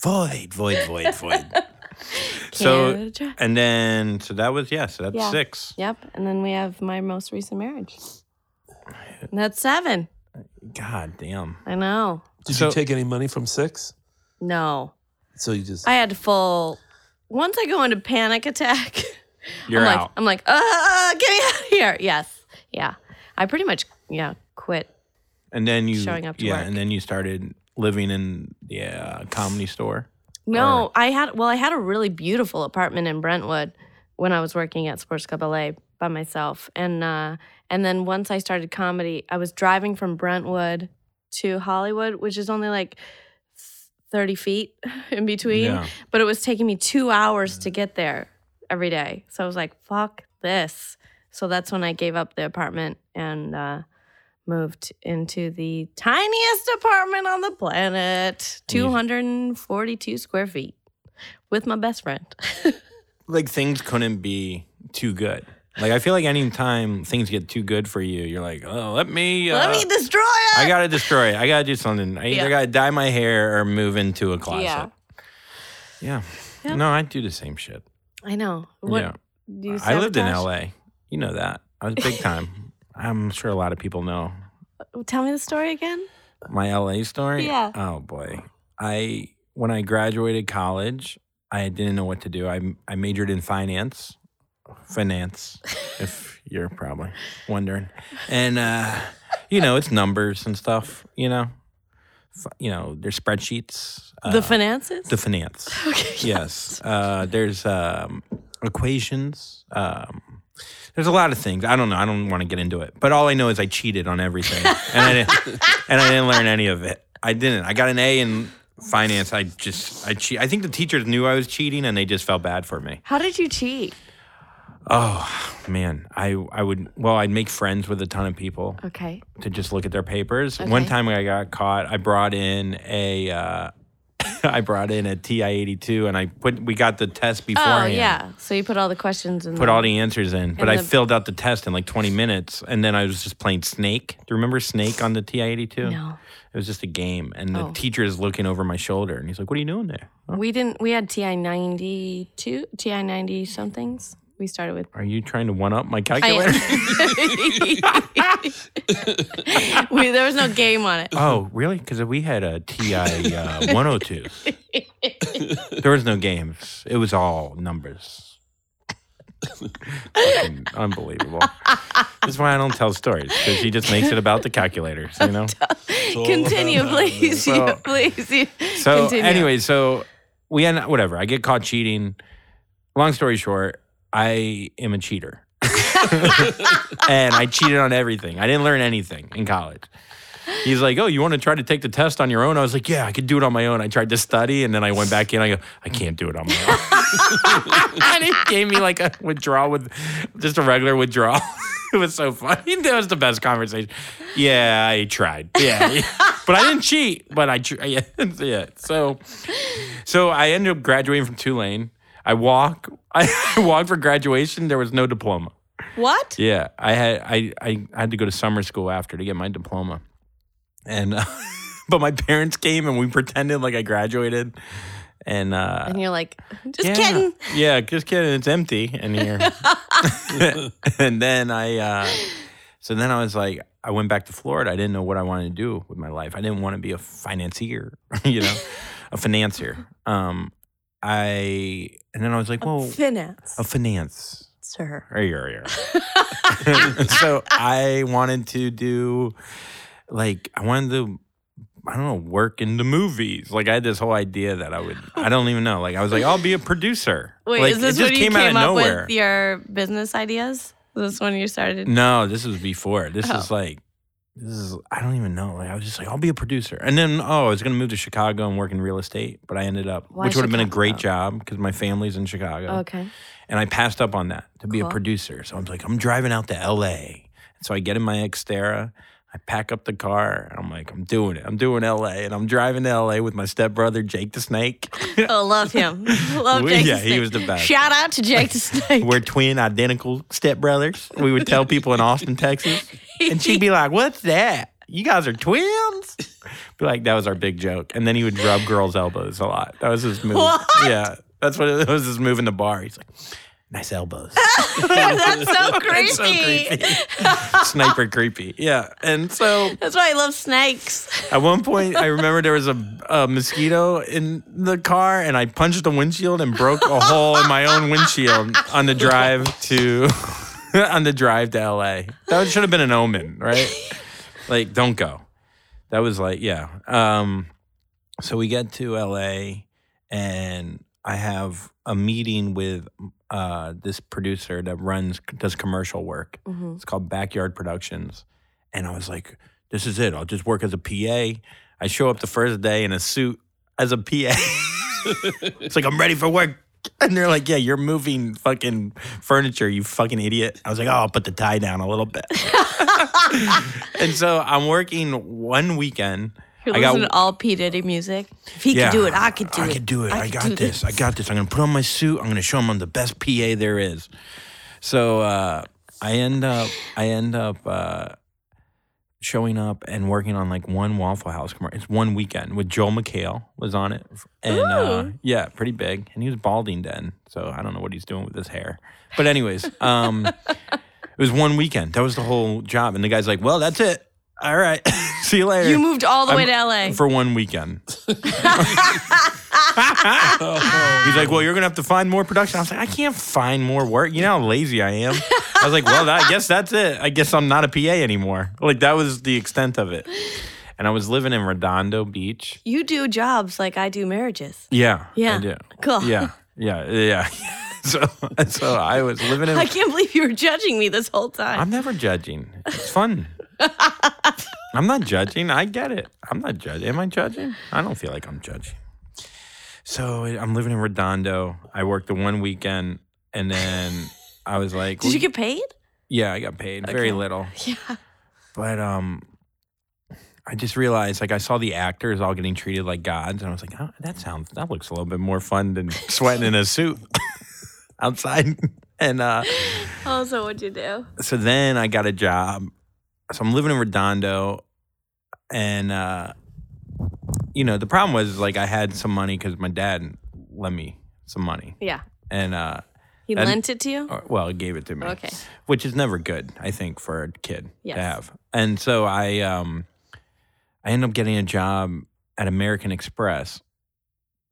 Void, void, void, void. So,
Canada Dry.
and then, so that was, yeah, so that's
Yeah.
six.
Yep. And then we have my most recent marriage. And that's seven.
God damn.
I know.
Did
So-
you take any money from six?
No.
So you just.
I had full once I go into panic attack.
You're
I'm Like,
out.
I'm like, uh, get me out of here. Yes. Yeah. I pretty much, yeah, quit.
And then you,
showing up to
yeah,
work.
and then you started living in the uh, comedy store.
No, I had, well, I had a really beautiful apartment in Brentwood when I was working at Sports Club LA by myself. And, uh, and then once I started comedy, I was driving from Brentwood to Hollywood, which is only like 30 feet in between.
Yeah.
but it was taking me two hours to get there every day. So I was like, fuck this. So that's when I gave up the apartment and uh, moved into the tiniest apartment on the planet 242 square feet with my best friend.
like things couldn't be too good. Like I feel like any time things get too good for you, you're like, oh, let me, uh,
Let me destroy it.
I gotta destroy it. I gotta do something. I either
Yeah.
gotta dye my hair or move into a closet.
Yeah.
Yeah.
Yeah.
No, I do the same shit.
I know. What,
yeah.
do you
I lived in
sabotage?
LA. You know that. I was big time. I'm sure a lot of people know
Oh, Tell me the story again.
my LA story.
Yeah.
Oh boy. I when I graduated college, I didn't know what to do. I I majored in finance, finance, if you're probably wondering, and uh, you know it's numbers and stuff. You know, F- you know there's spreadsheets. Uh,
the finances?
the finance.
okay.
Yes. Uh, there's um, equations. Um, there's a lot of things. I don't know. I don't want to get into it. But all I know is I cheated on everything, and I didn't, and I didn't learn any of it. I didn't. I got an A in finance. I just I cheat. I think the teachers knew I was cheating, and they just felt bad for me.
How did you cheat?
Oh man, I I would well I'd make friends with a ton of people
Okay.
to just look at their papers. One
Okay.
time when I got caught, I brought in a uh, I brought in a TI eighty two, and I put we got the test
Oh,
beforehand.
yeah. So you put all the questions in
Put
the-
all the answers in, but
And
I
the-
filled out the test in like 20 minutes, and then I was just playing Snake. Do you remember Snake on the TI-82?
No.
It was just a game, and the
Oh.
teacher is looking over my shoulder, and he's like, "What are you doing there?
We didn't. We had TI ninety two, TI ninety somethings. We started with.
Are you trying to one up my calculator?"
I, we, there was no game on it.
Oh, really? Because we had a TI uh, 102. there was no games. It was all numbers. Fucking unbelievable. That's why I don't tell stories because she just makes it about the calculators, you know.
all
Continue,
about numbers.
please.
So-
yeah, please. you-
So
continue.
anyway, so we end whatever. I get caught cheating. Long story short, I am a cheater. and I cheated on everything. I didn't learn anything in college. He's like, "Oh, you want to try to take the test on your own?" I was like, "Yeah, I could do it on my own." I tried to study, and then I went back in. I go, "I can't do it on my own." and it gave me like a withdrawal with just a regular withdrawal. it was so funny. That was the best conversation. Yeah, I tried. Yeah, but I didn't cheat. But I tr- yeah, yeah. So, so I ended up graduating from Tulane. I walk. I walked for graduation. There was no diploma.
what?
Yeah, I had I, I had to go to summer school after to get my diploma, and uh, but my parents came and we pretended like I graduated, and uh,
And you're like, just
yeah,
kidding.
yeah, just kidding, it's empty in here. and then I, uh, so then I was like, I went back to Florida. I didn't know what I wanted to do with my life. I didn't want to be a financier, you know, a financier. Um, I and then I was like, well,
Finance,
a finance.
sir.
Hey, hey, hey. so I wanted to do like I wanted to I don't know work in the movies. Like I had this whole idea that I would I don't even know. Like I was like I'll be a producer.
Wait,
like,
is this
it just
when you
came out of
came up
nowhere.
with your business ideas? Is this when you started?
no, this was before. This is
Oh.
like this is I don't even know. Like I was just like I'll be a producer. And then oh, I was going to move to Chicago and work in real estate, but I ended up
Why
which would have been a great
Chicago?
job cuz my family's in Chicago.
Okay.
And I passed up on that to be a
Cool.
producer. So I'm like, I'm driving out to LA. So I get in my Xterra, I pack up the car, and I'm like, I'm doing it. I'm doing LA. And I'm driving to LA with my stepbrother, Jake the Snake.
Oh, love him. Love
We-
Jake. the
yeah, he
Snake.
was the best.
Shout out to Jake the Snake.
We're twin identical stepbrothers. We would tell people in Austin, Texas. And she'd be like, What's that? You guys are twins? Be like, that was our big joke. And then he would rub girls' elbows a lot. That was his move.
What?
Yeah. That's what it was his move in the bar. He's like, nice elbows.
That's so creepy.
It's so creepy. Sniper creepy. Yeah. And so
That's why I love snakes.
at one point, I remember there was a, a mosquito in the car, and I punched the windshield and broke a hole in my own windshield on the drive to on the drive to LA. That should have been an omen, right? Like, don't go. That was like, yeah. Um, so we get to LA, and I have a meeting with uh, this producer that runs does commercial work.
Mhm.
It's called Backyard Productions. And I was like, this is it. I'll just work as a PA. I show up the first day in a suit as a PA. it's like, I'm ready for work. And they're like, yeah, you're moving fucking furniture, you fucking idiot. I was like, oh, I'll put the tie down a little bit. and so I'm working one weekend.
You
I got-
listen to all P Diddy music. If he could do it, I could do it.
I could do it. I,
could
got
do
this. I got this. I'm going to put on my suit. I'm going to show them I'm the best PA there is. So uh, I end up, I end up uh, showing up and working on like one Waffle House commercial. It's one weekend with Joel McHale was on it, and uh, yeah, pretty big. And he was balding then, so I don't know what he's doing with his hair. But anyways, um, it was one weekend. That was the whole job. And the guy's like, "Well, that's it." All right. See you later.
You moved all the way to
I'm-
LA.
for one weekend. He's like, well, you're gonna have to find more production. I was like, I can't find more work. You know how lazy I am. I was like, well, that, I guess that's it. I guess I'm not a PA anymore. Like that was the extent of it. And I was living in Redondo Beach.
you do jobs like I do marriages.
Yeah.
Yeah.
I do.
Cool.
Yeah. Yeah. Yeah. so, so I was living in.
I can't believe you were judging me this whole time.
I'm never judging. It's fun. I'm not judging. I get it. I'm not judging. Am I judging? I don't feel like I'm judging. So I'm living in Redondo. I worked the one weekend and then I was like,
Did you get paid?
Yeah, I got paid very
Okay.
little.
Yeah.
But um I just realized like I saw the actors all getting treated like gods and I was like, oh, that sounds that looks a little bit more fun than sweating in a suit outside. And uh
Oh, so what'd you do?
so then I got a job. So I'm living in Redondo, and uh, you know the problem was like I had some money because my dad lent me some money,
Yeah.
and uh,
He
And- Oh.
lent it to you?
or- well, he gave it to me,
Okay.
which is never good, I think, for a kid
Yes.
to have. And so I, um, I ended up getting a job at American Express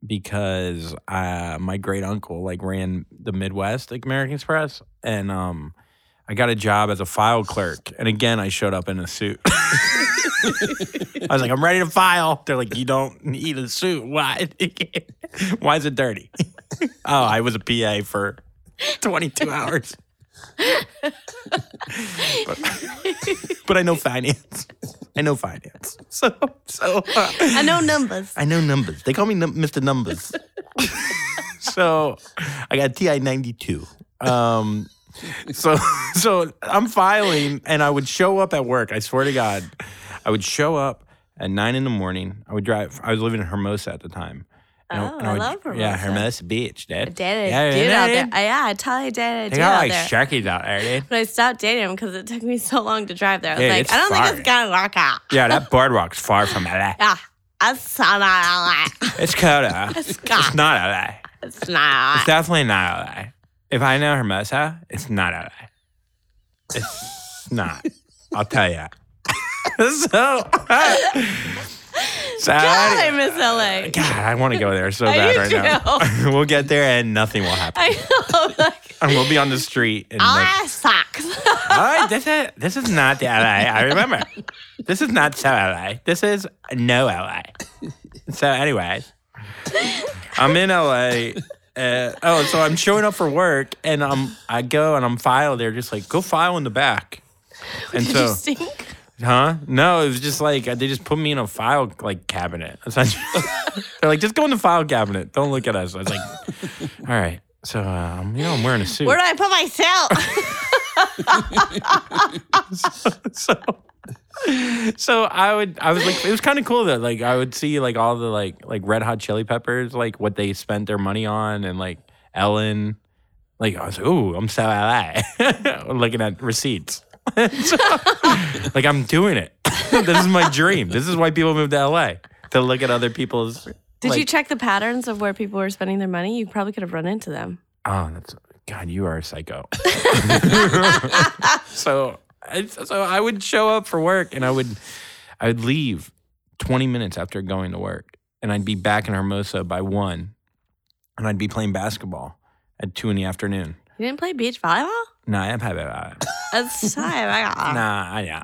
because uh, my great uncle like ran the Midwest like American Express, and um, I got a job as a file clerk. And again, I showed up in a suit. I was like, I'm ready to file. They're like, you don't need a suit. Why? Why is it dirty? oh, I was a PA for 22 hours. but, but I know finance. I know finance. So, so uh,
I know numbers.
I know numbers. They call me num- Mr. Numbers. so I got TI 92. Um, so so I'm filing and I would show up at work. I swear to God, I would show up at nine in the morning. I would drive. I was living in Hermosa at the time. And
Oh,
and
I
would-
love
Yeah,
Hermosa.
Hermosa Beach, dude.
Dated
yeah,
a dude
yeah,
out
yeah.
there. I- Yeah, I totally dated a
They
dude
got
out
like
there.
sharkies out there, dude.
But I stopped dating him because it took me so long to drive there. I was
Hey,
like,
it's
I don't
far.
think it's gonna work out.
Yeah, that boardwalk's far from LA.
Yeah, it's not LA.
It's Coda. It's
Scott.
not LA.
It's not
It's definitely not LA. If I know Hermosa, it's not LA. It's not. I'll tell you. so, so
God, I
I,
miss LA.
God, I want to go there so
I
bad
do
right now. we'll get there and nothing will happen.
I know. Like,
and we'll be on the street and like,
LA sucks.
oh, this is this is not the LA I remember. This is not so LA. This is no LA. So, anyways, I'm in LA. Uh, oh, so I'm showing up for work, and I'm I go and I'm file. They're just like, go file in the back. And
Did
so,
you stink?
huh? No, it was just like they just put me in a file like cabinet. essentially. They're like, just go in the file cabinet. Don't look at us. I was like, all right. So, um, you know, I'm wearing a suit.
Where do I put myself?
so so I would I was like it was kind of cool though like I would see like all the like like Red Hot Chili Peppers like what they spent their money on and like Ellen like I was like ooh I'm so LA looking at receipts So, like I'm doing it this is my dream this is why people move to LA to look at other people's
Did you
like-
check the patterns of where people were spending their money? You probably could have run into them.
Oh, that's God. You are a psycho. so, I- so I would show up for work, and I would, I would leave twenty minutes after going to work, and I'd be back in Hermosa by one, and I'd be playing basketball at two in the afternoon.
You didn't play beach volleyball?
Nah, I'm happy about it.
That's time. I got
Nah, I know.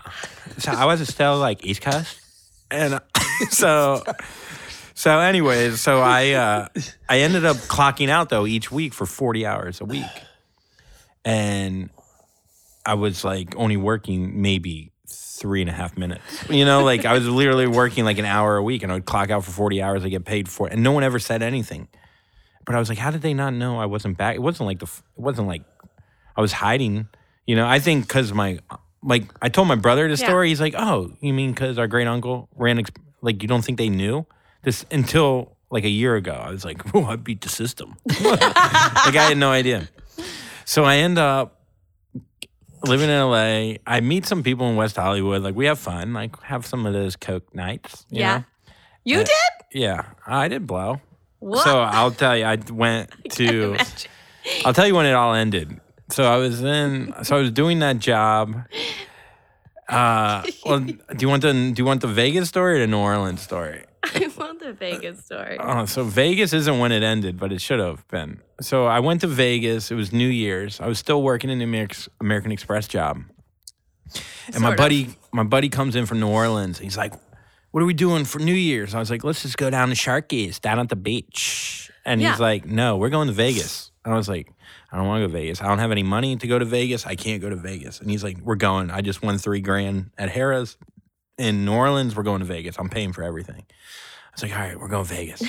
So I was still like East Coast, and so. So, anyways, so I uh, I ended up clocking out though each week for forty hours a week, and I was like only working maybe three and a half minutes. You know, like I was literally working like an hour a week, and I would clock out for forty hours. I get paid for it, and no one ever said anything. But I was like, how did they not know I wasn't back? It wasn't like the f- it wasn't like I was hiding. You know, I think because my like I told my brother the
Yeah.
story. He's like, oh, you mean because our great uncle ran ex- like you don't think they knew this until like a year ago. I was like, oh, I beat the system. like I had no idea. So I end up living in LA. I meet some people in West Hollywood. Like we have fun. Like have some of those coke nights. you
Yeah.
know?
You did?
Yeah. I did blow.
What?
So I'll tell you, I went to. I'll tell you when it all ended. So I was in. So I was doing that job. Uh, well, do you want the do you want the Vegas story or the New Orleans story?
I want the Vegas story.
Oh, so Vegas isn't when it ended, but it should have been. So I went to Vegas. It was New Year's. I was still working in the Amerix- American Express job, and my
Sort of.
buddy, my buddy comes in from New Orleans. He's like, "What are we doing for New Year's?" I was like, "Let's just go down to Sharky's down at the beach." And
Yeah.
he's like, "No, we're going to Vegas." And I was like, "I don't want to go to Vegas. I don't have any money to go to Vegas. I can't go to Vegas." And he's like, "We're going. I just won three grand at Harrah's in New Orleans. We're going to Vegas. I'm paying for everything." I was like, "All right, we're going to Vegas."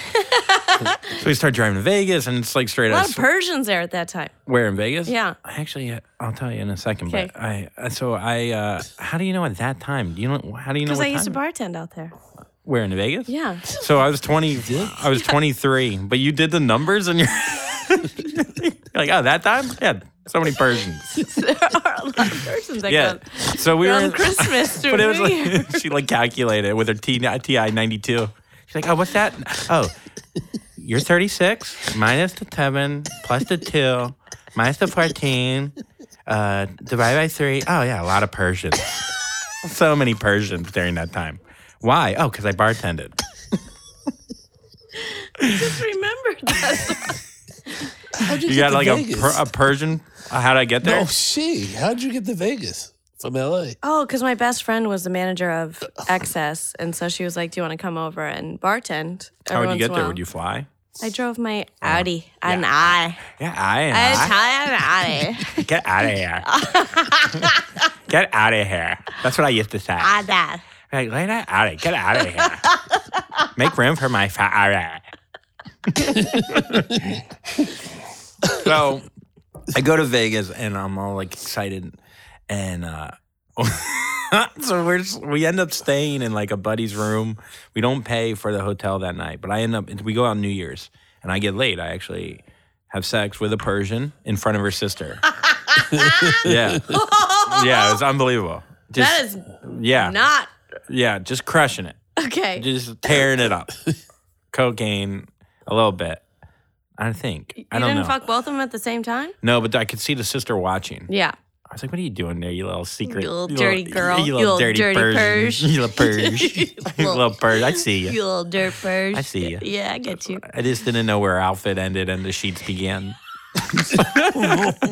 So we start driving to Vegas, and it's like straight
A
up.
lot of Persians there at that time.
Where in Vegas?
Yeah.
I actually, uh, I'll tell you in a second.
Okay.
But I, uh, so I, uh, how do you know at that time? Do you know? How do you know?
Because
What
I used to
time?
bartend out there.
Where in Vegas?
Yeah.
So I was twenty. I was twenty three. But you did the numbers, and you're, you're like, oh, that time? Yeah, so many Persians.
there are a lot of Persians that
Yeah.
go
So we were
from Christmas to
But it was
New Year.
like she like calculated it with her T TI ninety two. She's like, oh, what's that? Oh, you're thirty six minus the seven plus the two minus the fourteen uh, divided by three. Oh yeah, a lot of Persians. so many Persians during that time. Why? Oh, because I bartended.
just remembered that.
How'd you,
You got
get to
like a,
Vegas?
per- a Persian. uh, How did I get there?
No, she. Oh, How'd you get to Vegas from LA?
oh, because my best friend was the manager of Excess, and so she was like, "Do you want to come over and bartend?"
How
every
would you get there?
once in a while?"
Would you Uh-huh. fly?
I drove my Audi, and I,
Yeah, I.
Italian Audi,
Get out of here. get out of here. That's what I used to say.
I that.
Like, lay that out. Get out of here. Make room for my fire. so I go to Vegas and I'm all like excited. And uh, so we're just, we end up staying in like a buddy's room. We don't pay for the hotel that night, but I end up, we go out New Year's and I get late. I actually have sex with a Persian in front of her sister. yeah. Yeah. It was unbelievable. Just,
That is
yeah.
not
Yeah, just crushing it,
okay.
just tearing it up. Cocaine, a little bit. I think.
you
I don't
didn't
know.
fuck both of them at the same time.
no, but I could see the sister watching.
Yeah.
I was like, "What are you doing there, you little secret,
You little
you
dirty girl.
you little dirty, Persian,
purge.
you little Persian, you little Persian." I see you.
You little dirt purge.
I see ya.
Yeah, I get you.
I just didn't know where outfit ended and the sheets began.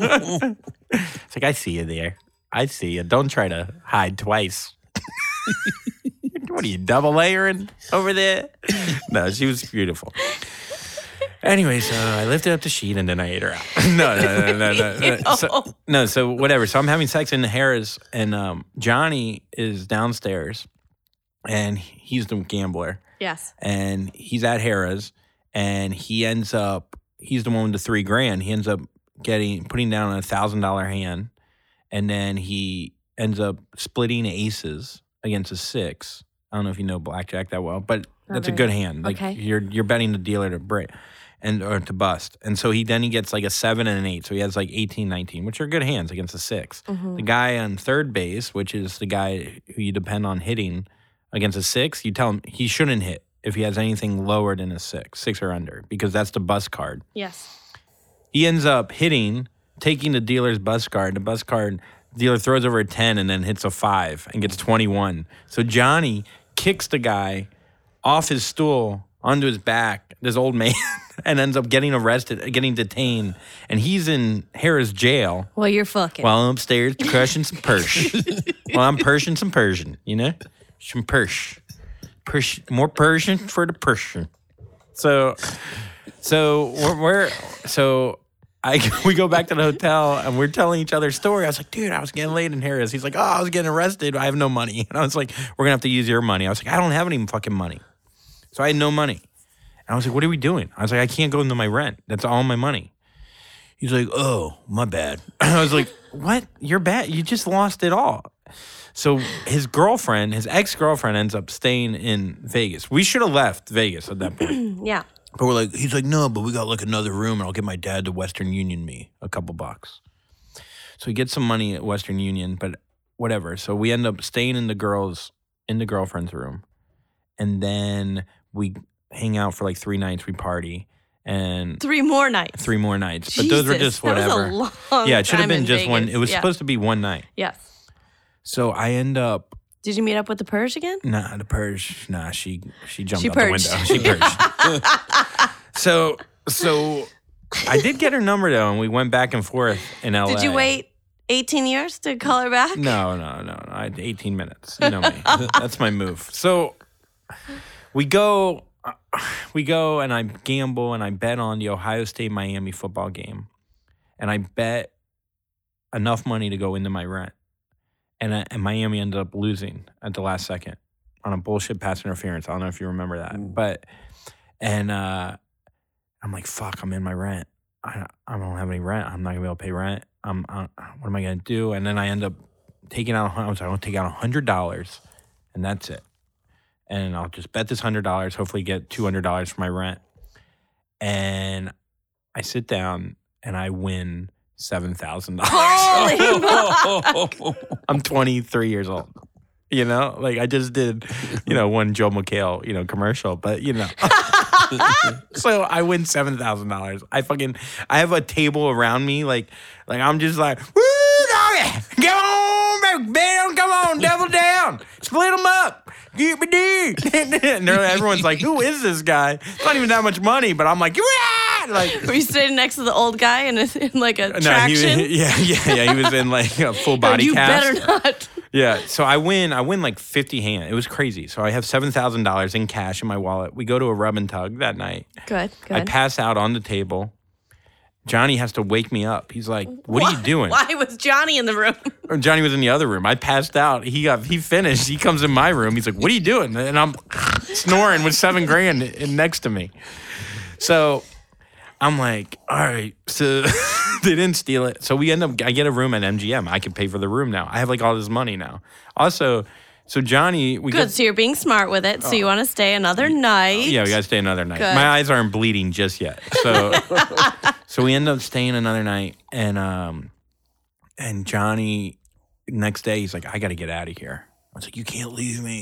it's like I see you there. I see you. Don't try to hide twice. what are you double layering over there? No, she was beautiful. Anyway, so I lifted up the sheet and then I ate her out. no, no, no, no, no. no.
Oh.
So, no, so whatever. So I'm having sex in the Harris, and um, Johnny is downstairs, and he's the gambler
Yes.
and he's at Harrah's, and he ends up he's the one with the three grand. He ends up getting putting down a thousand dollar hand, and then he ends up splitting aces against a six. I don't know if you know blackjack that well, but
Not
that's a
very
good hand. Like
Okay.
you're you're betting the dealer to break and or to bust. And so he then he gets like a seven and an eight. So he has like 18, 19, which are good hands against a six.
Mhm.
The guy on third base, which is the guy who you depend on hitting against a six, you tell him he shouldn't hit if he has anything lower than a six, six or under, because that's the bus card.
Yes.
He ends up hitting, taking the dealer's bus card. The bus card dealer throws over a 10 and then hits a five and gets 21. So Johnny kicks the guy off his stool onto his back, this old man, and ends up getting arrested, getting detained. And he's in Harris jail.
Well, you're fucking.
While I'm upstairs crushing some Persh. While I'm Pershing some Persian, you know? Some Persh. Persh more Persian for the Persian. So so we're, we're so I we go back to the hotel and we're telling each other story. I was like, dude, I was getting laid in Harris. He's like, oh, I was getting arrested. I have no money. And I was like, we're gonna have to use your money. I was like, I don't have any fucking money. So I had no money. And I was like, what are we doing? I was like, I can't go into my rent. That's all my money. He's like, oh, my bad. I was like, what? You're bad. You just lost it all. So his girlfriend, his ex girlfriend, ends up staying in Vegas. We should have left Vegas at that point.
yeah.
But we're like, he's like, no, but we got like another room and I'll get my dad to Western Union me a couple bucks. So he gets some money at Western Union, but whatever. So we end up staying in the girls in the girlfriend's room. And then we hang out for like three nights, we party and
Three more nights.
three more nights. But those were
Jesus,
just whatever.
That was a long
yeah, it should have
time
been
in
just one.
Vegas.
It was
Yeah.
supposed to be one night.
Yes.
So I end up
Did you meet up with the Purge again?
Nah, the purge. Nah, she she jumped
She
out
purged.
the window. She purged. so so I did get her number though, and we went back and forth in LA.
Did you wait 18 years to call her back?
No, no, no, no. I had 18 minutes. You know me. That's my move. So we go, we go, and I gamble and I bet on the Ohio State Miami football game, and I bet enough money to go into my rent, and, I, and Miami ended up losing at the last second on a bullshit pass interference. I don't know if you remember that,
Ooh.
but and uh, I'm like, fuck, I'm in my rent. I, I don't have any rent. I'm not gonna be able to pay rent. I'm, I, what am I gonna do? And then I end up taking out. a hun- I was like, I'll take out hundred dollars, and that's it. And I'll just bet this hundred dollars. Hopefully, get two hundred dollars for my rent. And I sit down and I win seven thousand dollars.
Holy
I'm 23 years old. You know, like I just did, you know, one Joe McHale, you know, commercial, but you know. so I win seven thousand dollars. I fucking I have a table around me, like like I'm just like, woo doggy, come on, baby, down, come on, double down, split them up, get me dude. and they're- everyone's like, who is this guy? It's not even that much money, but I'm like, yeah, like
Were you standing next to the old guy in, a, in like a
no, he,
traction?
yeah, yeah, yeah. He was in like a full body
you
cast.
better not.
Yeah. So I win. I win like fifty hand. It was crazy. So I have seven thousand dollars in cash in my wallet. We go to a rub and tug that night.
Good,
I
good.
pass out on the table. Johnny has to wake me up. He's like, "What are you doing?"
Why was Johnny in the room?
Or Johnny was in the other room. I passed out. He got he finished. He comes in my room. He's like, "What are you doing?" And I'm snoring with seven grand in next to me. So I'm like, "All right." So they didn't steal it. So we end up. I get a room at MGM. I can pay for the room now. I have like all this money now. Also, so Johnny, we
Good.
get.
So you're being smart with it. So you want to stay another night?
Oh. Yeah, we gotta stay another night.
Good.
My eyes aren't bleeding just yet, so so we end up staying another night, and um, and Johnny next day he's like, I gotta get out of here. I was like, you can't leave me,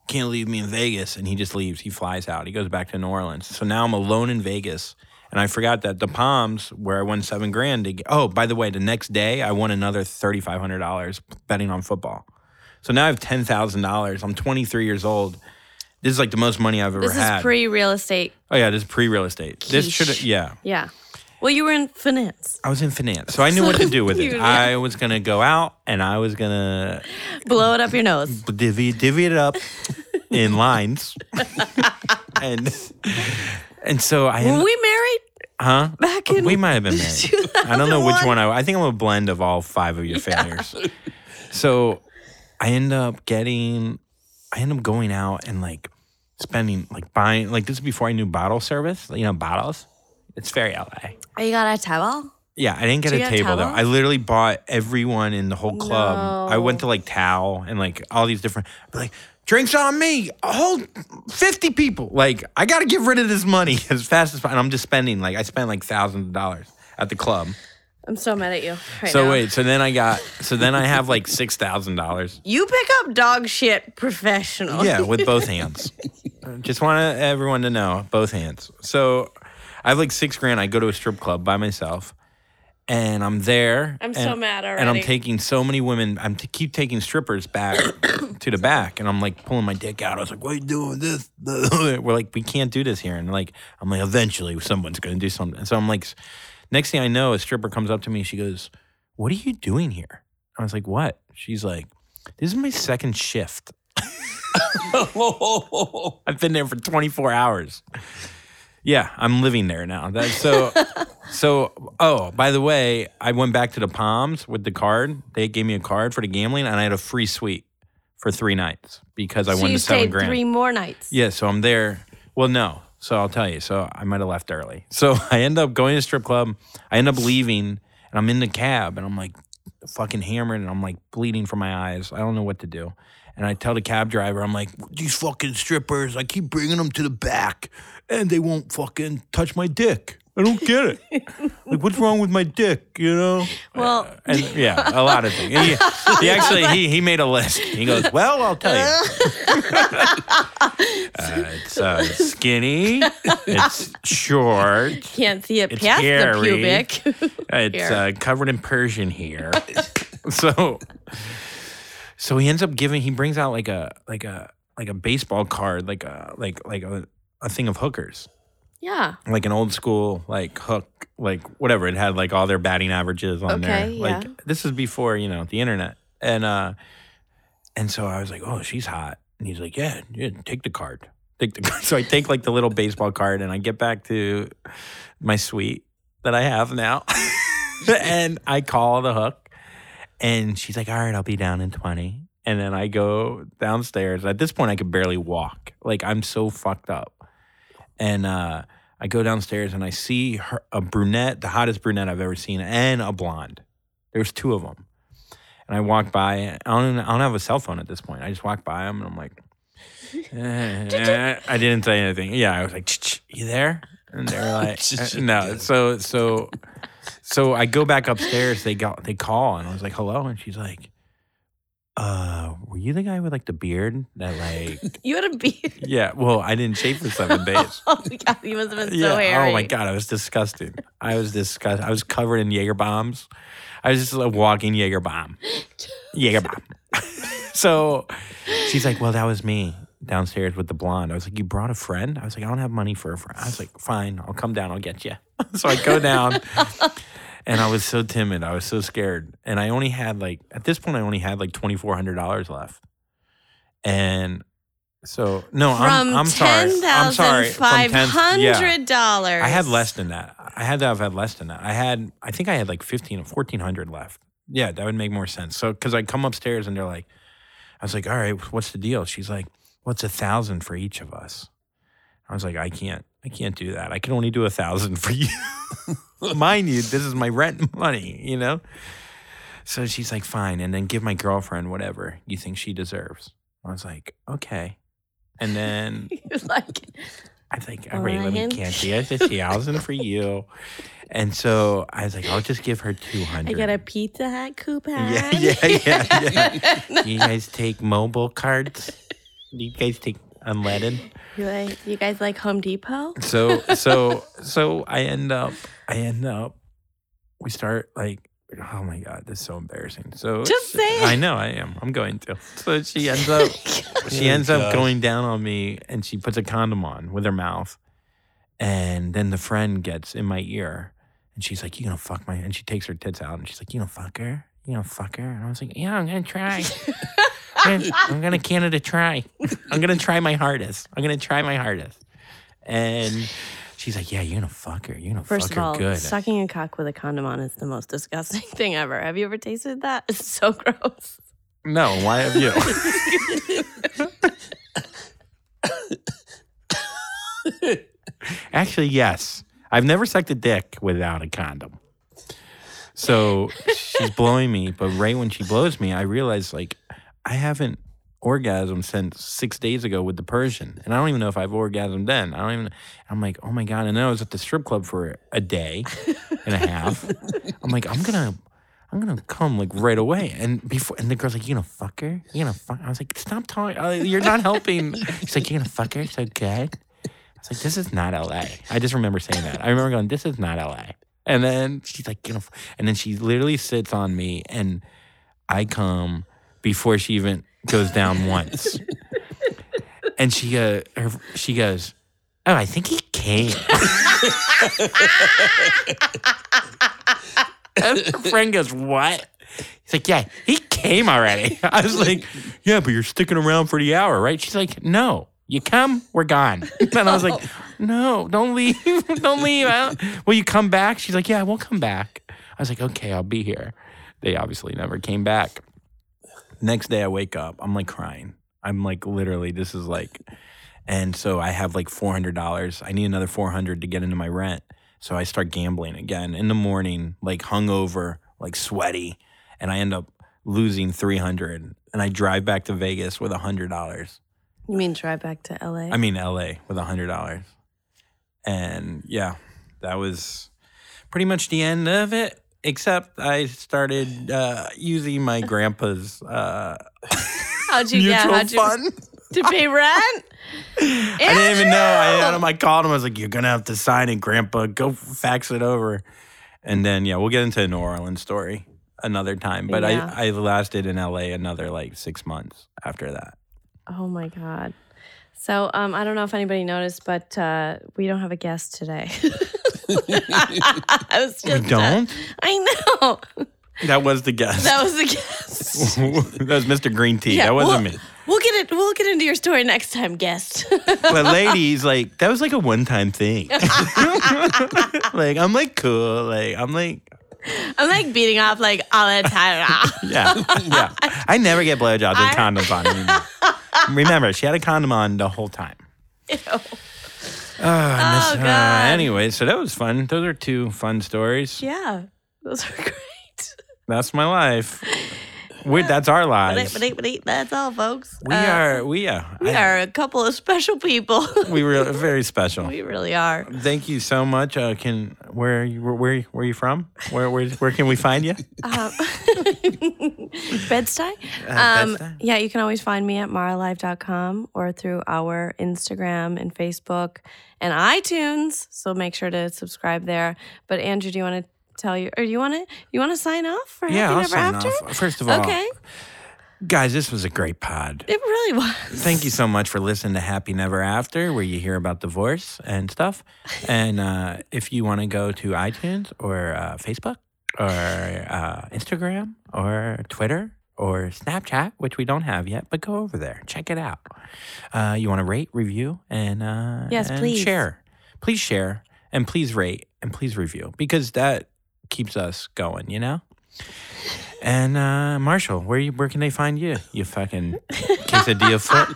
you can't leave me in Vegas, and he just leaves. He flies out. He goes back to New Orleans. So now I'm alone in Vegas. And I forgot that the Palms, where I won seven grand. To get, oh, by the way, the next day I won another thirty five hundred dollars betting on football. So now I have ten thousand dollars. I'm twenty three years old. This is like the most money I've ever
This
had.
is pre real estate.
Oh yeah, this is pre real estate. This
Quiche.
should yeah.
Yeah. Well, you were in finance.
I was in finance, so I knew what to do with it.
You-
I was gonna go out and I was gonna
Blow it up your nose.
divvy divvy it up in lines, and and so I
Were
ended,
we married
huh.
back in?
We might have been married. I don't know which one I. I think I'm a blend of all five of your failures. So I end up getting, I end up going out and like spending, like buying, like this is before I knew bottle service. You know, bottles. It's very LA.
Oh, you got a towel?
Yeah, I didn't get
Did
a
you get a
table though.
towel?
I literally bought everyone in the whole club. I went
No.
to like Tao and like all these different like drinks on me. A whole fifty people. Like I got to get rid of this money as fast as possible. I'm just spending like I spent like thousands of dollars at the club.
I'm so mad at you. Right
so
now.
wait, so then I got so then I have like six thousand dollars.
You pick up dog shit professional.
Yeah, with both hands. Just want everyone to know both hands. So I have like six grand. I go to a strip club by myself, and I'm there.
I'm
and-
so mad already.
And I'm taking so many women. I'm t- keep taking strippers back to the back, and I'm like pulling my dick out. I was like, "What are you doing this?" We're like, "We can't do this here." And like, I'm like, "Eventually, someone's going to do something." And so I'm like, s- next thing I know, a stripper comes up to me. She goes, "What are you doing here?" I was like, "What?" She's like, "This is my second shift." I've been there for 24 hours. Yeah, I'm living there now. That, so, so oh, by the way, I went back to the Palms with the card. They gave me a card for the gambling, and I had a free suite for three nights because I
so
won
you
the seven
stayed
grand.
three more nights.
Yeah, so I'm there. Well, no. So I'll tell you. So I might have left early. So I end up going to a strip club. I end up leaving and I'm in the cab and I'm like fucking hammered and I'm like bleeding from my eyes. I don't know what to do. And I tell the cab driver, I'm like,
These fucking strippers, I keep bringing them to the back and they won't fucking touch my dick.
I don't get it. like, what's wrong with my dick? You know?
Well,
And yeah, a lot of things. He, he actually he he made a list. He goes, "Well, I'll tell you. uh, it's uh, skinny. It's short.
can't see it
It's
past the
hairy.
pubic.
Uh, It's
Here.
uh, covered in Persian here. so, So he ends up giving. He brings out like a like a like a baseball card, like a like like a, a thing of hookers,
Yeah.
like an old school like hook, like whatever. It had like all their batting averages on there.
Okay, yeah.
Like this is before you know the internet, and uh, and so I was like, oh, she's hot, and he's like, yeah, yeah take the card, take the card. So I take like the little baseball card, and I get back to my suite that I have now, and I call the hook. And she's like, all right, I'll be down in 20. And then I go downstairs. At this point, I could barely walk. Like, I'm so fucked up. And uh, I go downstairs and I see her, a brunette, the hottest brunette I've ever seen, and a blonde. There's two of them. And I walk by. and I don't, I don't have a cell phone at this point. I just walk by them and I'm like, eh. I didn't say anything. Yeah, I was like, "Ch-ch, you there? And they're like, "Eh,
Ch-ch.
no. So, so so I go back upstairs. They got they call, and I was like, "Hello," and she's like, "Uh, were you the guy with like the beard that like?"
You had a beard.
yeah. Well, I didn't shave for seven days.
Oh my god, you must have been
yeah.
so hairy.
Oh my god, I was disgusting. I was disgust. I was covered in Jaeger bombs. I was just a walking Jaeger bomb. Jaeger bomb. so she's like, "Well, that was me." Downstairs with the blonde, I was like, "You brought a friend?" I was like, "I don't have money for a friend." I was like, "Fine, I'll come down. I'll get you." so I go down, and I was so timid. I was so scared, and I only had like at this point, I only had like twenty four hundred dollars left, and so no, I'm,
From
I'm sorry. I'm sorry. From
five
10 yeah.
hundred dollars.
I had less than that. I had to have had less than that. I had, I think I had like 15 or 1400 left. Yeah, that would make more sense. So, cause I come upstairs and they're like, I was like, all right, what's the deal? She's like, what's a thousand for each of us? I was like, I can't, I can't do that. I can only do a thousand for you. Mind you, this is my rent money, you know? So she's like, fine. And then give my girlfriend whatever you think she deserves. I was like, okay. And then
You're like,
I was like, all right, let me
Brian.
cancel it. It's a thousand for you. And so I was like, I'll just give her
I
200.
got a Pizza Hut coupon.
Yeah, yeah, yeah, yeah. Do you guys take mobile cards? Do you guys take unleaded?
You're like, you guys like Home Depot?
So, so, so I end up, I end up, we start like, oh my God, this is so embarrassing. So
Just
she-
say it.
I know I am. I'm going to. So she ends up, she
Oh,
ends up
God.
going down on me and she puts a condom on with her mouth. And then the friend gets in my ear and she's like, You gonna fuck my and she takes her tits out and she's like, You gonna fuck her? You gonna fuck her? And I was like, Yeah, I'm gonna try. I'm gonna- I'm gonna Canada try. I'm gonna try my hardest. I'm gonna try my hardest. And she's like, Yeah, you're gonna fuck her. You're gonna
First
fuck
of all,
her good.
sucking a cock with a condom on is the most disgusting thing ever. Have you ever tasted that? It's so gross.
no, why have you? Actually, yes. I've never sucked a dick without a condom. So she's blowing me, but right when she blows me, I realize like I haven't orgasmed since six days ago with the Persian, and I don't even know if I've orgasmed then. I don't even. I'm like, oh my god! And then I was at the strip club for a day and a half. I'm like, I'm gonna. I'm gonna come like right away, and before, and the girl's like, "You gonna fuck her? You gonna fuck?" I was like, "Stop talking! Uh, You're not helping." She's like, "You gonna fuck her? So good." I was like, this is not LA. I just remember saying that. I remember going, this is not LA. And then she's like, you know, and then she literally sits on me and I come before she even goes down once. and she uh, her, she goes, oh, I think he came. and her friend goes, what? He's like, yeah, he came already. I was like, yeah, but you're sticking around for the hour, right? She's like, no, you come, we're gone. And I was like, no, don't leave. don't leave. I don't- Will you come back? She's like, yeah, I will come back. I was like, okay, I'll be here. They obviously never came back. Next day, I wake up. I'm like crying. I'm like, literally, this is like, and so I have like $400. I need another 400 to get into my rent. So I start gambling again in the morning, like hungover, like sweaty, and I end up losing 300 and I drive back to Vegas with $100.
You mean drive back to LA?
I mean LA with $100. And yeah, that was pretty much the end of it. Except I started uh, using my grandpa's uh,
how'd you get?
mutual
How'd you
fund.
to pay rent?
I didn't even know. I had him. I called him. I was like, "You're gonna have to sign it, Grandpa. Go fax it over." And then yeah, we'll get into a New Orleans story another time. But
Yeah.
I, I lasted in LA another like six months after that.
Oh my god. So um, I don't know if anybody noticed, but uh, we don't have a guest today. I was
We
just
don't?
I know
That was the guess.
that was the guest.
that was Mr. Green Tea.
Yeah,
that wasn't
well-
me.
We'll get it. We'll get into your story next time, guest.
But ladies, like that was like a one-time thing. like I'm like cool. Like I'm like
I'm like beating off like all the time.
yeah yeah. I never get blowjobs with
I-
condoms on anymore. Remember, she had a condom on the whole time.
Ew.
Ah,
Oh,
Oh, miss- uh,
God.
anyway, so that was fun. Those are two fun stories.
yeah, those are great.
That's my life. We, that's our
But
lives.
eight, but eight, but eight, that's all, folks.
we
Uh,
are we are
We
I-
are a couple of special people.
we were very special.
we really are.
Thank you so much. Uh, can where are you where where, where are you from? Where where where can we find you?
Um, Bed-Stuy?
Uh,
Um,
Bed-Stuy.
yeah, you can always find me at maralive.com or through our Instagram and Facebook and iTunes. So make sure to subscribe there. But Andrew, do you want to tell you, or do you want to you want to sign off for Happy Never After?
off. First of all,
Okay,
guys, this was a great pod.
it really was.
Thank you so much for listening to Happy Never After, where you hear about divorce and stuff. And uh, if you want to go to iTunes or uh, Facebook or uh, Instagram or Twitter or Snapchat, which we don't have yet, but go over there, check it out. Uh, you want to rate, review, and uh,
Yes,
and
please.
share. Please share and please rate and please review because that keeps us going. You know. And uh, Marshall, where you, where can they find you? You fucking quesadilla foot.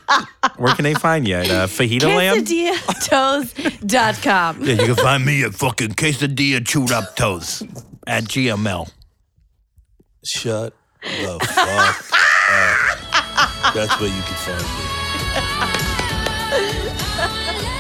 Where can they find you? At uh, Fajita Land?
Quesadillatoes.com.
Yeah, you can find me at fucking quesadilla chewed up toes at GML.
Shut the fuck up. That's where you can find me.
I love